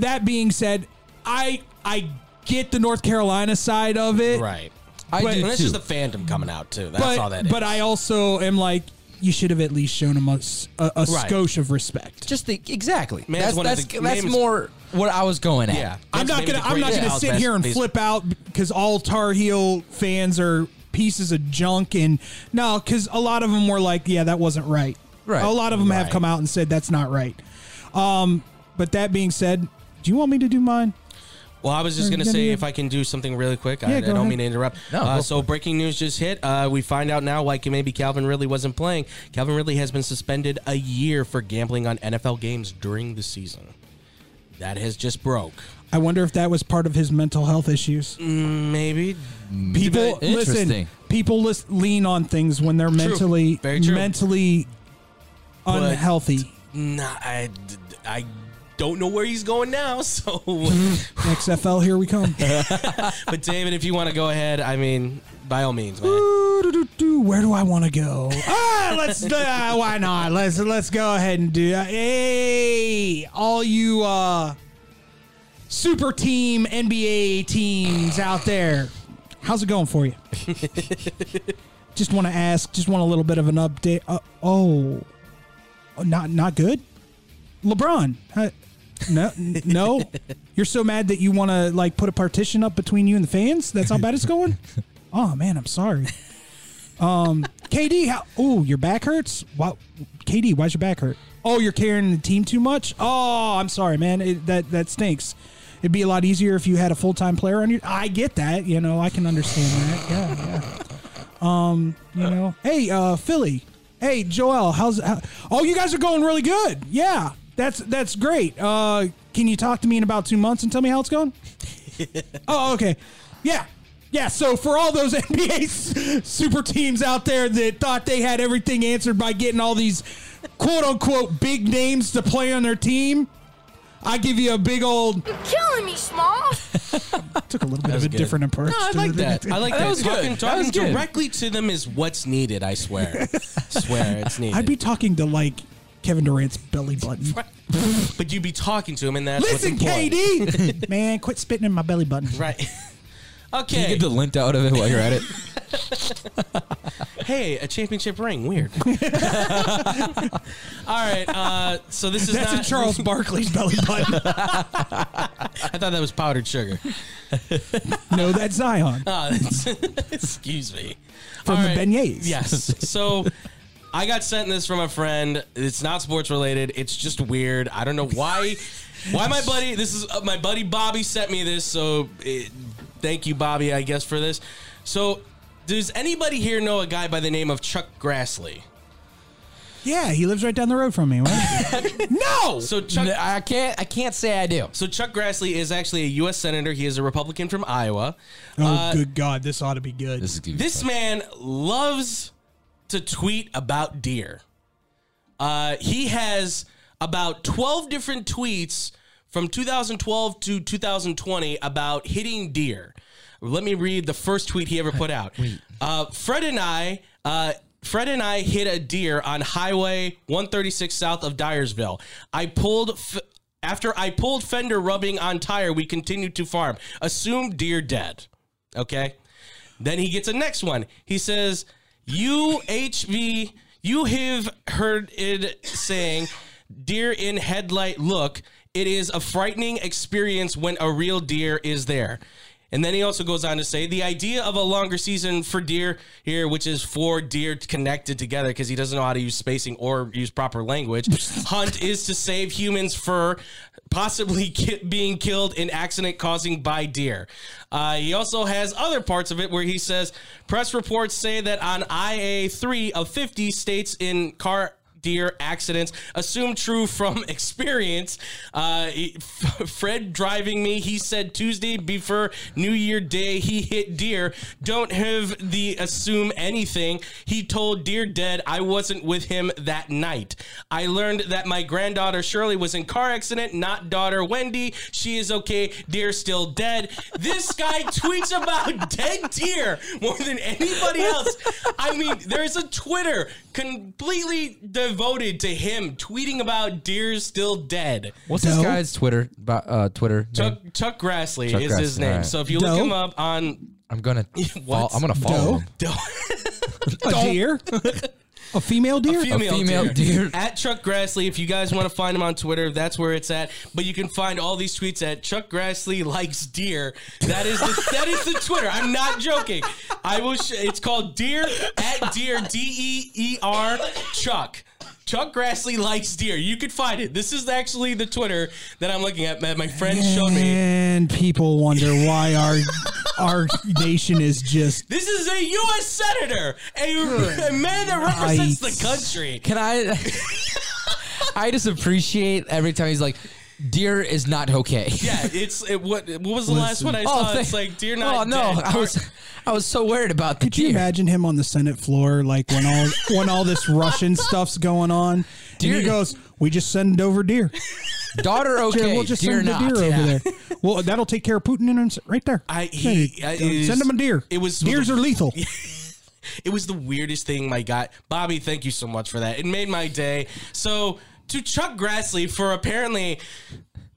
that being said, I I get the North Carolina side of it,
Right.
I
But-
do
And that's
too.
just the fandom coming out too. That's
But
all that is.
but I also am like, you should have at least shown him a, s- a- a
Right.
skosh of respect.
just the exactly.
Man's
that's
one of
that's,
the-
that's
Man's-
more what I was going at.
yeah,
I'm not
maybe
gonna
the
I'm not
greatest
gonna
college
sit here and
bas-
flip out because all Tar Heel fans are pieces of junk and no, because a lot of them were like, yeah, that wasn't right.
Right.
A lot of them have
Right.
come out and said that's not right. Um, but that being said, do you want me to do mine?
Well, I was just going to
Yeah,
say
yeah.
if I can do something really quick. I,
Yeah,
I
go
don't
ahead.
mean to interrupt.
No,
uh,
go
so breaking news just hit. Uh, we find out now why maybe Calvin Ridley wasn't playing. Calvin Ridley has been suspended a year for gambling on NFL games during the season. That has just broke.
I wonder if that was part of his mental health issues.
Maybe
People listen.
Interesting.
People lis- lean on things when they're mentally
Very true.
mentally unhealthy.
Nah, I, I don't know where he's going now. So,
XFL, here we come.
but David, if you want to go ahead, I mean, by all means, man.
Doo-doo-doo-doo. Where do I want to go? Ah, let's. Uh, why not? Let's let's go ahead and do. uh, Hey, all you uh, super team NBA teams out there, how's it going for you? just want to ask. Just want a little bit of an update. Uh, oh, not not good. LeBron, huh? no, n- no. You're so mad that you want to like put a partition up between you and the fans. That's how bad it's going. Oh man, I'm sorry. Um, KD, how? Oh, your back hurts. Wow, KD, why's your back hurt? Oh, you're carrying the team too much. Oh, I'm sorry, man. It, that that stinks. It'd be a lot easier if you had a full time player on your. I get that. You know, I can understand that. Yeah, yeah. Um, You know, hey, uh, Philly. Hey, Joel. How's how, oh, you guys are going really good. Yeah, that's that's great. Uh, can you talk to me in about two months and tell me how it's going? oh, okay. Yeah. Yeah, so for all those NBA s- super teams out there that thought they had everything answered by getting all these quote unquote big names to play on their team, I give you a big old.
You're killing me, Smalls.
Took a little bit of a
good.
different approach.
No, I
to
like
the-
that. I like
That
that.
was good.
talking
That
talking
was good.
directly to them is what's needed. I swear, swear it's needed.
I'd be talking to like Kevin Durant's belly button.
but you'd be talking to him, and that's what's
Listen,
important.
KD, man, quit spitting in my belly button.
Right.
Can you
Okay.
get the lint out of it while you're at it?
hey, a championship ring. Weird. All right. Uh, so this is
That's
not
in Charles Barkley's belly button.
I thought that was powdered sugar.
no, that's Zion
Uh, that's- excuse me.
from
All
the
right.
beignets.
Yes. So I got sent this from a friend. It's not sports related. It's just weird. I don't know why. Why my buddy? This is uh, my buddy Bobby sent me this. So it, thank you, Bobby. I guess for this. So does anybody here know a guy by the name of Chuck Grassley?
Yeah, he lives right down the road from me. right? no.
So Chuck.
I can't. I can't say I do.
So Chuck Grassley is actually a U.S. senator. He is a Republican from Iowa.
Oh,
Uh,
good God, this ought to be good.
This is gonna be
This
fun.
man loves to tweet about deer. Uh, he has about 12 different tweets from 2012 to 2020 about hitting deer. Let me read the first tweet he ever put out. Uh, Fred and I. Uh, Fred and I hit a deer on Highway 136 south of Dyersville. I pulled f- after I pulled fender rubbing on tire. We continued to farm. Assume deer dead. Okay. Then he gets a next one. He says, "You HV, you have heard it saying, deer in headlight look. It is a frightening experience when a real deer is there." And then he also goes on to say the idea of a longer season for deer here, which is four deer connected together because he doesn't know how to use spacing or use proper language. Hunt is to save humans for possibly ki- being killed in accident causing by deer. Uh, he also has other parts of it where he says press reports say that on IA three of fifty states in car deer accidents assume true from experience uh he- fred driving me he said tuesday before new year day he hit deer don't have the assume anything he told deer dead i wasn't with him that night i learned that my granddaughter shirley was in car accident not daughter wendy she is okay deer still dead this guy tweets about dead deer more than anybody else i mean there's a twitter completely devoted to him tweeting about deer still dead.
What's this
Doe?
guy's Twitter? bo- Uh, Twitter.
Chuck,
name?
Chuck Grassley
Chuck
is his
Grassley,
name.
all right.
So if you
Doe?
look him up on
I'm gonna. Fol-
What?
I'm gonna follow
Doe?
him.
a deer, a female deer.
female,
female
deer,
deer.
at Chuck Grassley, if you guys want to find him on Twitter, that's where it's at. But you can find all these tweets at Chuck Grassley likes deer. That is the, that is the Twitter. I'm not joking. I will. Sh- it's called deer at deer d e e r Chuck. Chuck Grassley likes deer. You could find it. This is actually the Twitter that I'm looking at that my friend showed me.
and people wonder why our our nation is just
This is a U.S. senator, a, a man that represents the country.
Can I? I just appreciate every time he's like, "Deer is not okay."
Yeah, it's it, what? What was the last one I saw?
thank-
it's like dear not.
Oh no,
dead.
I was, I was so worried about the
Could you
deer.
imagine him on the Senate floor, like when all when all this Russian stuff's going on? And
Deer-
he goes, "We just send over deer.
Daughter okay,
we'll just
deer
send
not.
a deer
Yeah.
over there. Well, that'll take care of Putin and him right there.
I- he-
There you
I-
go.
it is-
uh, send him a deer.
it was-
deers are lethal.
It was the weirdest thing my guy Bobby, thank you so much for that. It made my day. So to Chuck Grassley for apparently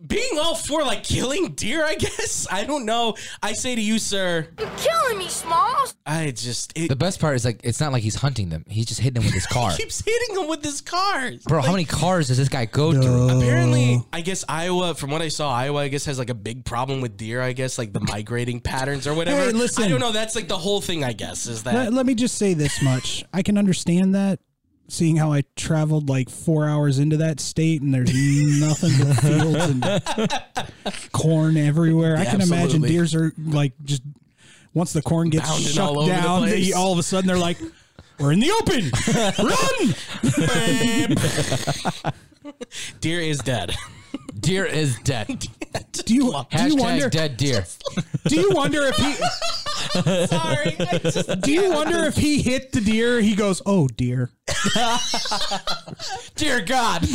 being all for like killing deer, I guess. I don't know. I say to you, sir,
You're killing me, Smalls.
I just it
The best part is like, it's not like he's hunting them. He's just hitting them with his car.
keeps hitting him with his cars.
Bro, how many cars does this guy go through?
Oh.
Apparently, I guess Iowa, from what I saw, Iowa, I guess has like a big problem with deer, I guess, like the migrating patterns or whatever.
Hey, listen.
I don't know. That's like the whole thing, I guess, is that.
Let, let me just say this much: I can understand that, seeing how I traveled like four hours into that state, and there's nothing but fields and corn everywhere. I can imagine
Absolutely.
deers are like just once the corn gets
Bounding
shut
all over the
down, they
place.
all of a sudden they're like. We're in the open. Run!
deer is dead.
Deer is dead.
Do you, do you
Hashtag
wonder?
dead deer.
Do you wonder if he?
Sorry. I just-
Do you wonder if he hit the deer? He goes, "Oh dear."
Dear God.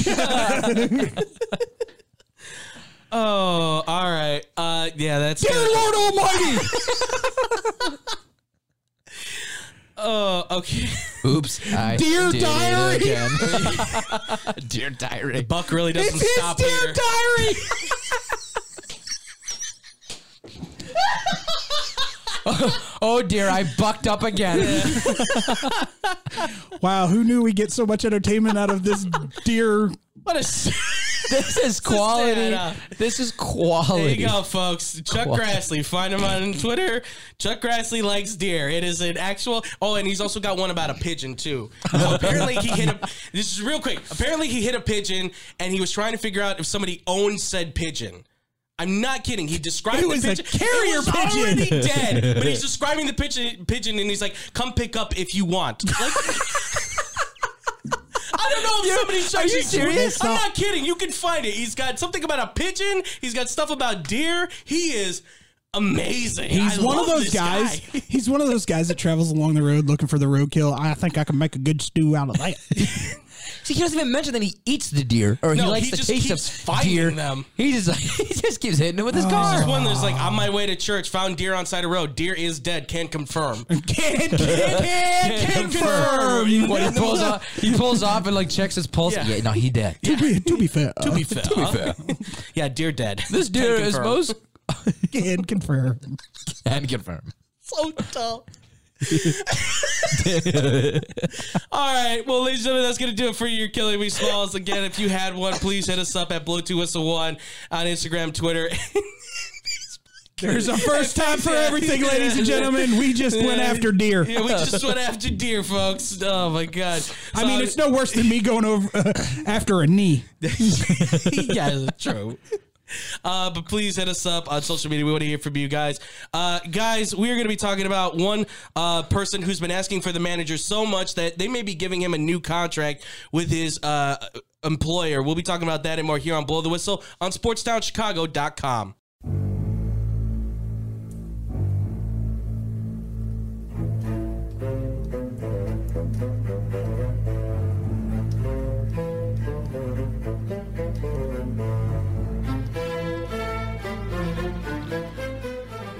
oh, all right. Uh, yeah, that's
Dear
good.
Lord Almighty!
Oh, okay.
Oops. I
Dear
did it
diary.
again. dear diary.
Buck really doesn't
It's his
stop
dear
here.
diary.
oh dear, I bucked up again.
Wow, who knew we get so much entertainment out of this dear?
What a.
This is quality.
data.
This is
There
quality.
you go, folks. Chuck
Quality.
Grassley. Find him on Twitter. Chuck Grassley likes deer. It is an actual. Oh, and he's also got one about a pigeon too. So apparently he hit a. This is real quick. Apparently he hit a pigeon, and he was trying to figure out if somebody owned said pigeon. I'm not kidding. He described
It
the
was a
pigeon.
carrier
it was
pigeon.
already dead, but he's describing the pigeon, pigeon, and he's like, "Come pick up if you want." Like, I don't know if somebody's trying
you
to-
serious?
I'm not kidding. You can find it. He's got something about a pigeon. He's got stuff about deer. He is amazing.
He's
I
one of
love
those
this
guys.
guy.
He's one of those guys that travels along the road looking for the roadkill. I think I can make a good stew out of that.
See, he doesn't even mention that he eats the deer or he
No,
likes
he
the
just
taste
keeps
of
fighting
deer.
them. Oh.
He just like, he just keeps hitting it with his car.
There's one that's like on my way to church, found deer on side of road. Deer is dead. Can confirm.
can, can, can confirm.
What he pulls off, he pulls off and like checks his pulse.
Yeah.
Yeah, no, he dead.
To be, to be fair,
To be fair. yeah, deer dead.
This
Can
deer is
confirm.
most
can confirm.
and confirm.
so dumb. All right. Well, ladies and gentlemen, that's going to do it for your Killing Me Smalls. Again, if you had one, please hit us up at Blow 2 Whistle 1 on Instagram, Twitter.
There's a first time for everything, ladies and gentlemen. We just went after deer.
Yeah, we just went after deer, folks. Oh, my God.
I
So-
mean, it's no worse than me going over uh, after a knee.
yeah, that's true. Uh, but please hit us up on social media. We want to hear from you guys. Uh, guys, we're going to be talking about one uh, person who's been asking for the manager so much that they may be giving him a new contract with his uh, employer. We'll be talking about that and more here on Blow the Whistle on sportstownchicago.com.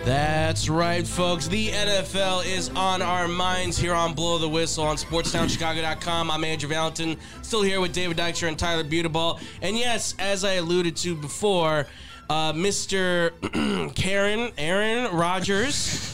That's right, folks. The NFL is on our minds here on Blow the Whistle on SportsTownChicago.com. I'm Andrew Valentin, still here with David Dykstra and Tyler Butaball. And yes, as I alluded to before, uh, Mr. Karen, Aaron Rodgers.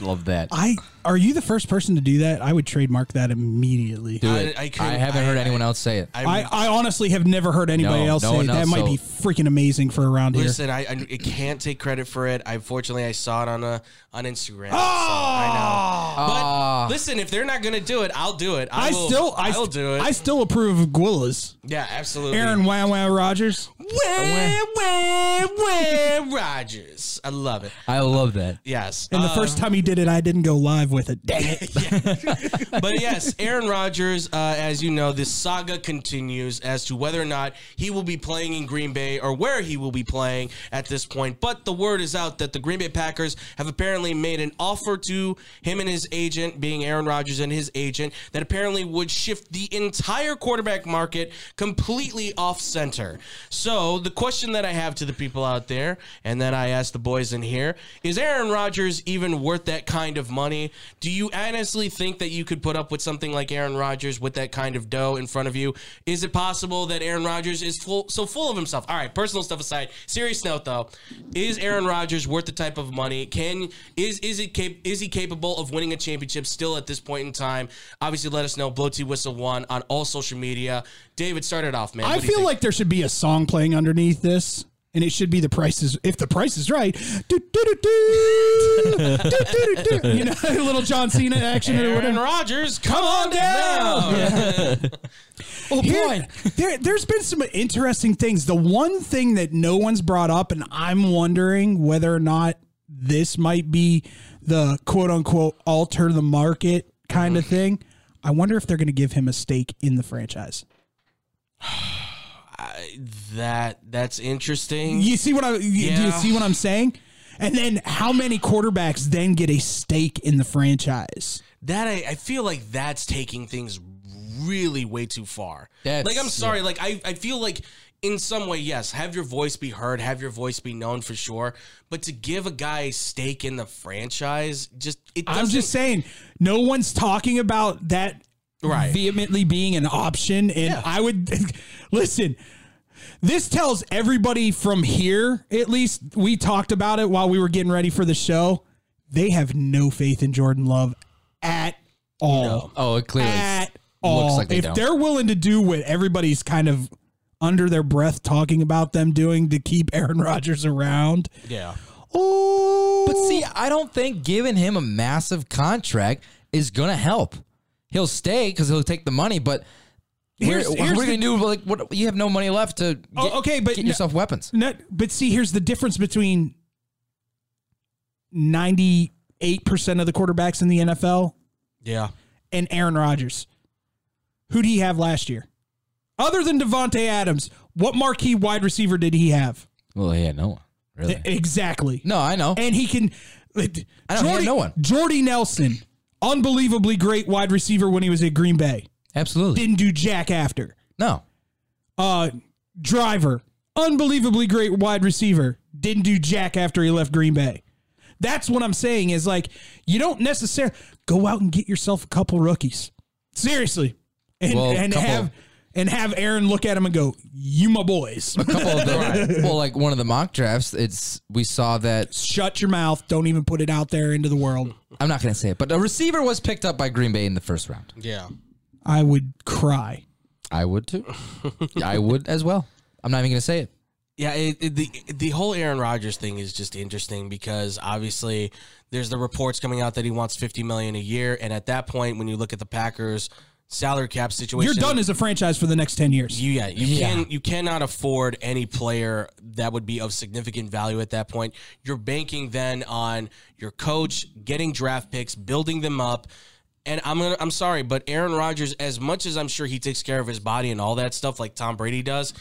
Love that.
I are you the first person to do that? I would trademark that immediately.
Do
I-
it.
I
I,
couldn't-
haven't heard
I-
anyone else say it.
I, I honestly have never heard anybody
No,
else
no
say
one
that
else,
might
so-
be freaking amazing for around here.
Listen, I, I it can't take credit for it. I fortunately I saw it on a on Instagram. so I know. But listen, if they're not gonna do it, I'll do it. I,
Ah! I
will,
still, I,
I'll
st-
do it.
I still approve of Guillas.
yeah, absolutely.
Aaron Wow Wow Rogers.
Where, where, where, Rogers? I love it.
I love that.
Yes.
And
Uh,
the first time he did it, I didn't go live with it. Dang it!
but yes, Aaron Rodgers, uh, as you know, this saga continues as to whether or not he will be playing in Green Bay or where he will be playing at this point. But the word is out that the Green Bay Packers have apparently made an offer to him and his agent, being Aaron Rodgers and his agent, that apparently would shift the entire quarterback market completely off center. So the question that I have to the people out there, and that I ask the boys in here, is Aaron Rodgers even worth that kind of money? Do you honestly think that you could put up with something like Aaron Rodgers with that kind of dough in front of you? Is it possible that Aaron Rodgers is full so full of himself? All right, personal stuff aside, serious note though, is Aaron Rodgers worth the type of money? Can is is it cap- is he capable of winning a championship still at this point in time? Obviously, let us know. Blow T Whistle One on all social media. David, start it off, man.
I
What do you
feel
think?
like there should be a song playing underneath this, and it should be the price is if the price is right. Do, do, do, do. Do, do, do, do. You know, little John Cena action or
Aaron
whatever.
Rodgers, come on down.
Oh boy, there, there's been some interesting things. The one thing that no one's brought up, and I'm wondering whether or not this might be the quote unquote alter the market kind of thing. I wonder if they're going to give him a stake in the franchise.
That that's interesting.
You see what I? you- Do you
Yeah.
see what I'm saying? And then how many quarterbacks then get a stake in the franchise?
That I, I feel like that's taking things really way too far.
That's-
like I'm sorry, like I, I feel like in some way, yes, have your voice be heard, have your voice be known for sure. But to give a guy a stake in the franchise, just it doesn't
I'm just saying, no one's talking about that
Right.
vehemently being an option. And I would listen. This tells everybody from here, at least we talked about it while we were getting ready for the show.
They have no faith in Jordan Love at all.
Oh, it clearly
at all.
like they
if
don't.
they're willing to do what everybody's kind of under their breath talking about them doing to keep Aaron Rodgers around.
Yeah.
Oh,
But see, I don't think giving him a massive contract is gonna help. He'll stay because he'll take the money, but
Here's-
we're, what are
here's
we
the-
gonna do? Like, what you have no money left to get,
Oh, okay, but
get
no-
yourself weapons.
No, but see, here's the difference between 98% of the quarterbacks in the NFL
Yeah.
and Aaron Rodgers. Who did he have last year? Other than Devontae Adams, what marquee wide receiver did he have?
Well, yeah, no one really.
Exactly.
No, I know.
And he can.
I don't hear no one.
Jordy Nelson, unbelievably great wide receiver when he was at Green Bay.
Absolutely.
Didn't do jack after.
No.
Uh, Driver, unbelievably great wide receiver, didn't do jack after he left Green Bay. That's what I'm saying is like you don't necessarily go out and get yourself a couple rookies. Seriously. And
Well,
and
couple.
have and have Aaron look at him and go, "You my boys.
Couple of the- well, like one of the mock drafts, it's we saw that
Shut your mouth. Don't even put it out there into the world."
I'm not gonna say it, but a receiver was picked up by Green Bay in the first round.
Yeah.
I would cry.
I would too. I would as well. I'm not even gonna say it.
Yeah, it, it, the the whole Aaron Rodgers thing is just interesting because obviously there's the reports coming out that he wants 50 million a year and at that point when you look at the Packers salary cap situation
You're done as a franchise for the next 10 years.
You, yeah, you can you cannot afford any player that would be of significant value at that point. You're banking then on your coach getting draft picks, building them up. And I'm gonna, I'm sorry, but Aaron Rodgers, as much as I'm sure he takes care of his body and all that stuff like Tom Brady does,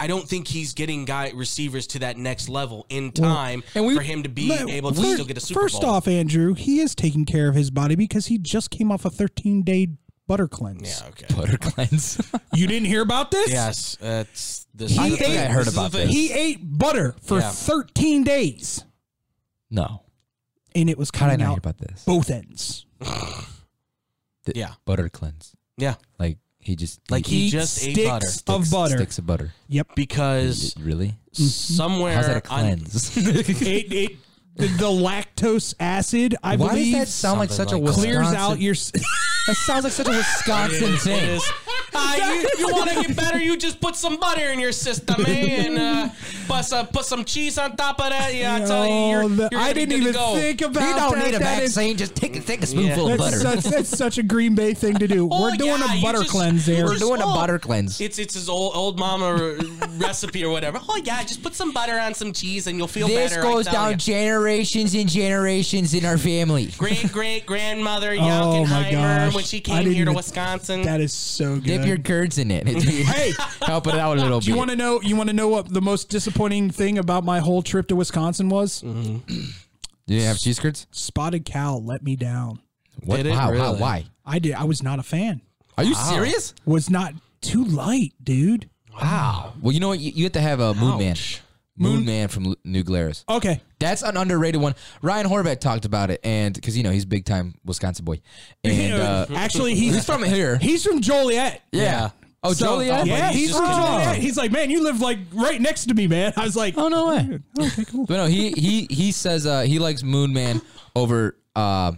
I don't think he's getting guy receivers to that next level in time
and we-
for him to be
Let-
able to
first,
still get a Super
first
Bowl.
off, Andrew, he is taking care of his body because he just came off a 13 day butter cleanse.
yeah, okay.
Butter cleanse.
You didn't hear about this?
Yes, that's this.
He
is the
ate-
thing.
I
heard
This is the
about
thing.
this.
He ate butter for
Yeah.
13 days
no.
and it was
How did I
coming
not hear
out
about this?
both ends.
The
Yeah.
Butter cleanse.
Yeah,
Like he just
Like He
Eat
just ate
sticks
butter.
of butter.
Sticks of butter.
Yep.
because
Really?
Mm-hmm.
somewhere
How's that a
on-
cleanse?
it, it, the, the lactose acid, I
Why does
believe,
that sound like such
Something
a
like that.
Wisconsin?
clears out your. s-
That sounds like such a Wisconsin
It
thing.
is. Uh, you want to get better? You just put some butter in your system, eh? And uh, put some put some cheese on top of that. Yeah, I tell you, you're,
Oh, the-
you're gonna
I
be
didn't
good
even
to go.
think about
You don't
that.
need a
That is-
vaccine. Just take take a spoonful of
That's
butter.
such, that's such a Green Bay thing to do.
Oh,
We're doing
yeah,
a
you
butter
just-
cleanse
you
here.
We're
just-
doing a
oh,
butter cleanse.
It's it's his old old mama r- recipe or whatever. Oh yeah, just put some butter on some cheese and you'll feel
This
better. I
goes
tell
down
ya.
generations and generations in our family.
Great great grandmother
Oh, my
Yalkenheimer
gosh.
when she
I
came
didn't
here to
even-
Wisconsin.
That is so good.
Dip your curds in it. hey, help it out a little
Do you
bit.
want to know? You want to know what the most disappointing thing about my whole trip to Wisconsin was?
Do you have cheese curds?
Spotted Cow let me down.
What?
Did it
Wow, wow,
really?
why?
I did. I was not a fan.
Are you serious?
Was not too light, dude.
Wow. Well, you know what? You, you have to have a Moon Man. Moon Man from L- New Glarus.
Okay,
That's an underrated one. Ryan Horvat talked about it, and because you know he's big time Wisconsin boy, and uh,
actually, he's,
he's from here.
he's from Joliet.
yeah. Oh,
So-
Joliet.
yeah, he's,
just
from
kidding.
Joliet. He's like, man, you live like right next to me, man. I was like,
Oh no way. But no, he he he says uh, he likes Moon Man over uh,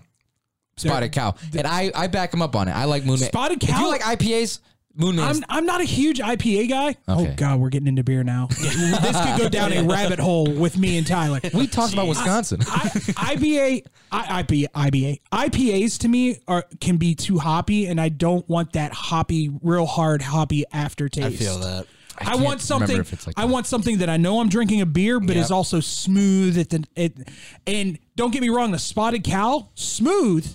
Spotted Cow, and I I back him up on it. I like Moon Man.
Spotted
If
Cow-
you like IPAs, Moon Man.
I'm, I'm not a huge IPA guy. Oh
Okay.
God, we're getting into beer now. this could go down a rabbit hole with me and Tyler.
We talked about Wisconsin.
I, IBA, I, IBA, IBA, IPAs to me are can be too hoppy, and I don't want that hoppy, real hard hoppy aftertaste. I feel that. I,
can't
want something.
remember if it's like
I
that.
want something that I know I'm drinking a beer, but is also smooth at the it. And don't get me wrong, the Spotted Cow smooth.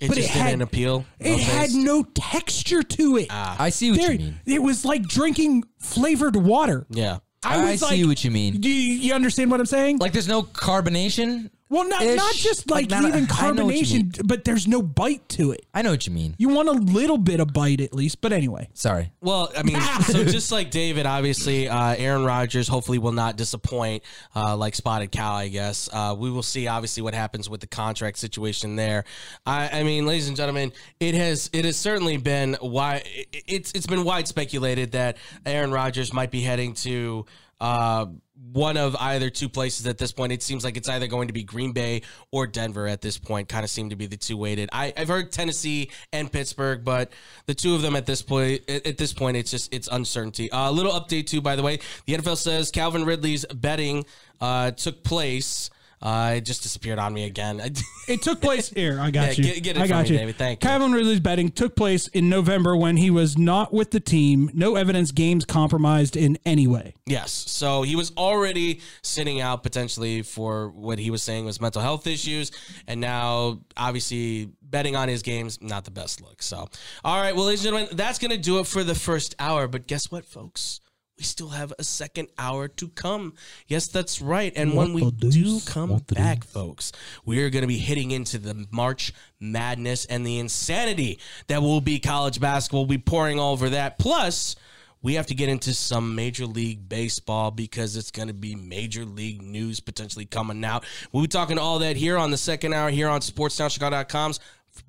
It
But
just
it
didn't
had-
appeal.
It had no texture to it.
I see what
Ah. There-
you mean.
it was like drinking flavored water.
yeah.
I see what you mean.
Do you, you understand what I'm saying?
Like, there's no carbonation.
Well, not
Ish.
not just like,
Like, not-
even
I know what you mean.
carbonation, but there's no bite to it.
I know what you mean.
You want a little bit of bite at least, but anyway.
Sorry.
Well, I mean, so just like David, obviously, uh, Aaron Rodgers hopefully will not disappoint, uh, like Spotted Cow, I guess. Uh, we will see, obviously, what happens with the contract situation there. I, I mean, ladies and gentlemen, it has it has certainly been why it's it's been wide speculated that Aaron Rodgers might be heading to uh, one of either two places at this point. It seems like it's either going to be Green Bay or Denver at this point. Kind of seem to be the two weighted. I, I've heard Tennessee and Pittsburgh, but the two of them at this point, at at this point, it's just it's uncertainty. Uh, A little update too, by the way. The NFL says Calvin Ridley's betting uh, took place. Uh, it just disappeared on me again.
It took place here. I got
Yeah,
you.
get- get it
I got
for me,
you.
David. Thank you.
Calvin Ridley's betting took place in November when he was not with the team. No evidence games compromised in any way.
Yes. So he was already sitting out potentially for what he was saying was mental health issues. And now, obviously, betting on his games, not the best look. So, all right. Well, ladies and gentlemen, that's going to do it for the first hour. But guess what, folks? We still have a second hour to come. Yes, that's right. And when we do come back, folks, we are going to be hitting into the March madness and the insanity that will be college basketball. We'll be pouring all over that. Plus, we have to get into some major league baseball because it's going to be major league news potentially coming out. We'll be talking all that here on the second hour here on sportsdownchicago.com's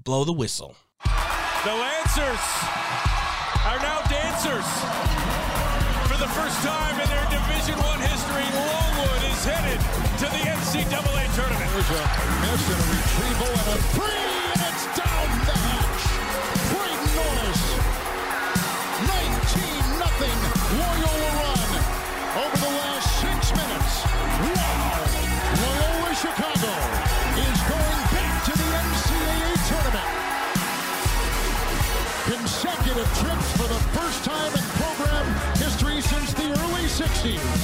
Blow the Whistle.
The Lancers are now dancers. For the first time in their Division One history, Longwood is headed to the NCAA tournament. There's a miss and a retrieval and a three, and it's down the hatch. Craig Norris, 19 nothing. Loyola run over the last six minutes. Wow! Loyola Chicago is going back to the NCAA tournament consecutive trips for the first time in program history since the early 60s.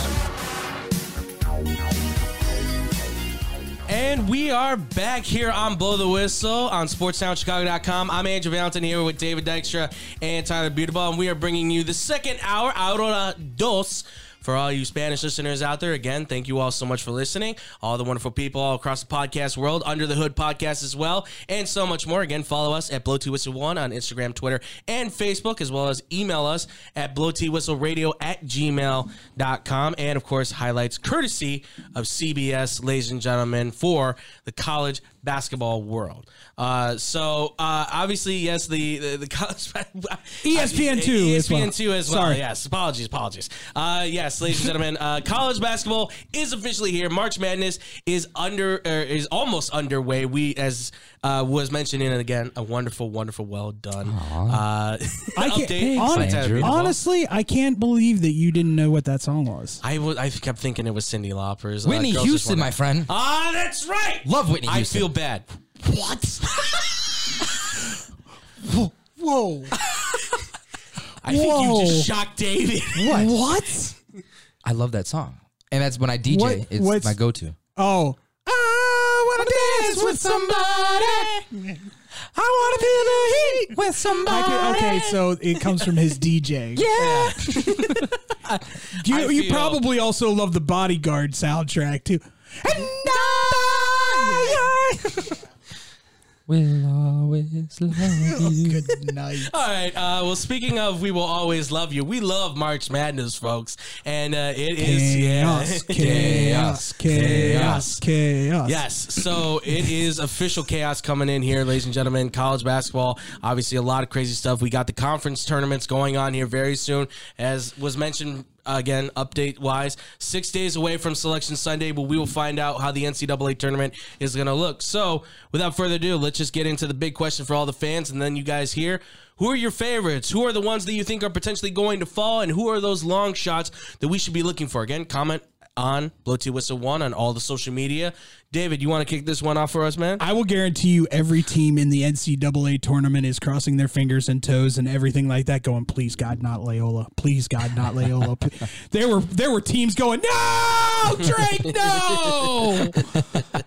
And we are back here on Blow the Whistle on SportsTownChicago.com. I'm Andrew Valentin here with David Dykstra and Tyler Beautiful, and we are bringing you the second hour, Aurora Dos. For all you Spanish listeners out there, again, thank you all so much for listening. All the wonderful people all across the podcast world, Under the Hood podcast as well, and so much more. Again, follow us at Blow Two Whistle One on Instagram, Twitter, and Facebook, as well as email us at Blow T Whistle Radio at gmail.com. And of course, highlights courtesy of CBS, ladies and gentlemen, for the college basketball world. Uh, so uh, obviously, yes, the the, the college E
ESPN two as well.
ESPN two as well.
Sorry.
Yeah, Yes, apologies, apologies. Uh, yes, ladies and gentlemen, uh, college basketball is officially here. March Madness is under er, is almost underway. We, as uh, was mentioned, and again, a wonderful, wonderful, well done. Uh,
I can't-
update.
hon-
Thanks, Andrew.
Honestly, I can't believe that you didn't know what that song was.
I was I kept thinking it was Cindy Lauper's uh,
Whitney
Girls Just
Houston,
Wanna-
my friend.
Ah, that's right.
Love Whitney
I
Houston.
feel bad.
Whoa.
I think you
Whoa.
just shocked David.
What?
What?
I love that song. And that's when I DJ.
What-
it's
what's-
my go-to.
Oh. I want to dance with somebody. I want to feel the heat with somebody. okay, so it comes from his DJ.
Yeah. I
You, you
feel-
probably also love the Bodyguard soundtrack too. And I-
We'll always love you.
Oh, Good night.
All right. Uh, well, speaking of, we will always love you. We love March Madness, folks, and uh, it is
Chaos,
yeah.
chaos, chaos, chaos.
Yes. So it is official chaos coming in here, ladies and gentlemen. College basketball, obviously, a lot of crazy stuff. We got the conference tournaments going on here very soon, as was mentioned. Again, update wise, six days away from Selection Sunday, but we will find out how the NCAA tournament is going to look. So, without further ado, let's just get into the big question for all the fans and then you guys here. Who are your favorites? Who are the ones that you think are potentially going to fall? And who are those long shots that we should be looking for? Again, comment on Blow Two Whistle One on all the social media. David, you want to kick this one off for us, man?
I will guarantee you every team in the NCAA tournament is crossing their fingers and toes and everything like that, going, please God, not Loyola. Please God, not Loyola. P- there were there were teams going, No, Drake, no.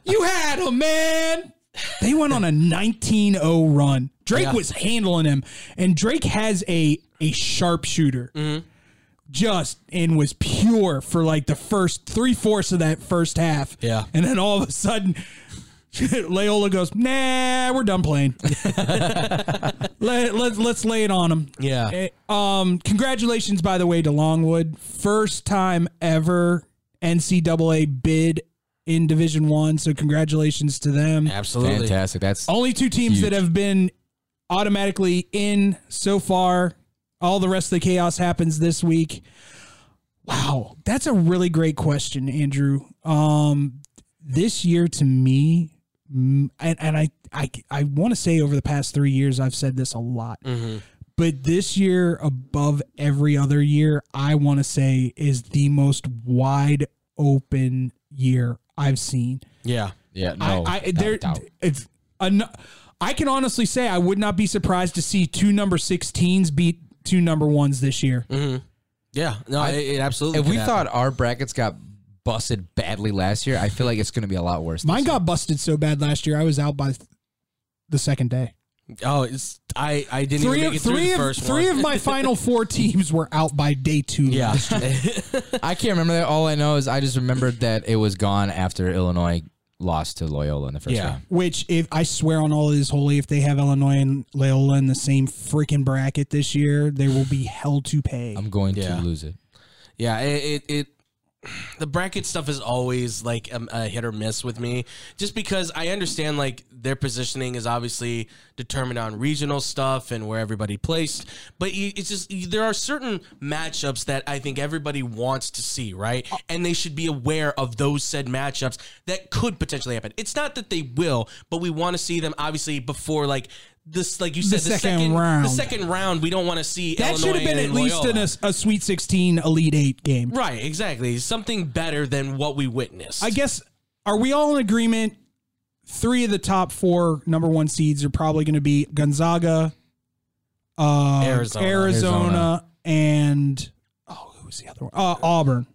You had him, man. They went on a 19-0 run. Drake was handling him, and Drake has a a sharpshooter. Just and was pure for like the first three fourths of that first half.
Yeah.
And then all of a sudden, Layola goes, nah, we're done playing. let, let, let's lay it on him.
yeah.
Eh, Um, congratulations, by the way, to Longwood. First time ever NCAA bid in Division One. So congratulations to them.
Absolutely. Oh,
Fantastic. That's
Only two teams that have been automatically in so far. All the rest of the chaos happens this week. Wow, that's a really great question, Andrew. Um, this year to me, mm, and, and I, I, I want to say over the past three years, I've said this a lot, but this year above every other year, I want to say is the most wide open year I've seen.
Yeah.
Yeah, no.
I, I
without
there,
doubt.
it's an, I can honestly say I would not be surprised to see two number 16s beat two number ones this year.
Yeah. No, it, it absolutely.
If we
could
thought our brackets got busted badly last year, I feel like it's going to be a lot worse.
Mine
this year.
got busted so bad last year, I was out by th- the second day.
happen. Oh, it's I. I didn't
Three
even
of
make it through
three
the
of
first
three
one.
of my final four teams were out by day two.
Yeah.
I can't remember that. All I know is I just remembered that it was gone after Illinois lost to Loyola in the first
Yeah.
round.
Which, if I swear on all it is holy, if they have Illinois and Loyola in the same freaking bracket this year, they will be hell to pay.
I'm going
Yeah.
to lose it.
Yeah, it, it it the bracket stuff is always like um, a hit or miss with me, just because I understand like their positioning is obviously determined on regional stuff and where everybody placed, but you, it's just you, there are certain matchups that I think everybody wants to see, right? And they should be aware of those said matchups that could potentially happen. It's not that they will, but we want to see them obviously before like. This, like you said, the,
second
second,
round.
The second round, we don't want to see
that should have
Illinois
been at
and
least in
Loyola.
a, a Sweet 16 Elite Eight game.
Right, exactly. Something better than what we witnessed.
I guess are we all in agreement? Three of the top four number one seeds are probably going to be Gonzaga, uh, Arizona,
Arizona.
and oh, who was the other one? Uh, Auburn.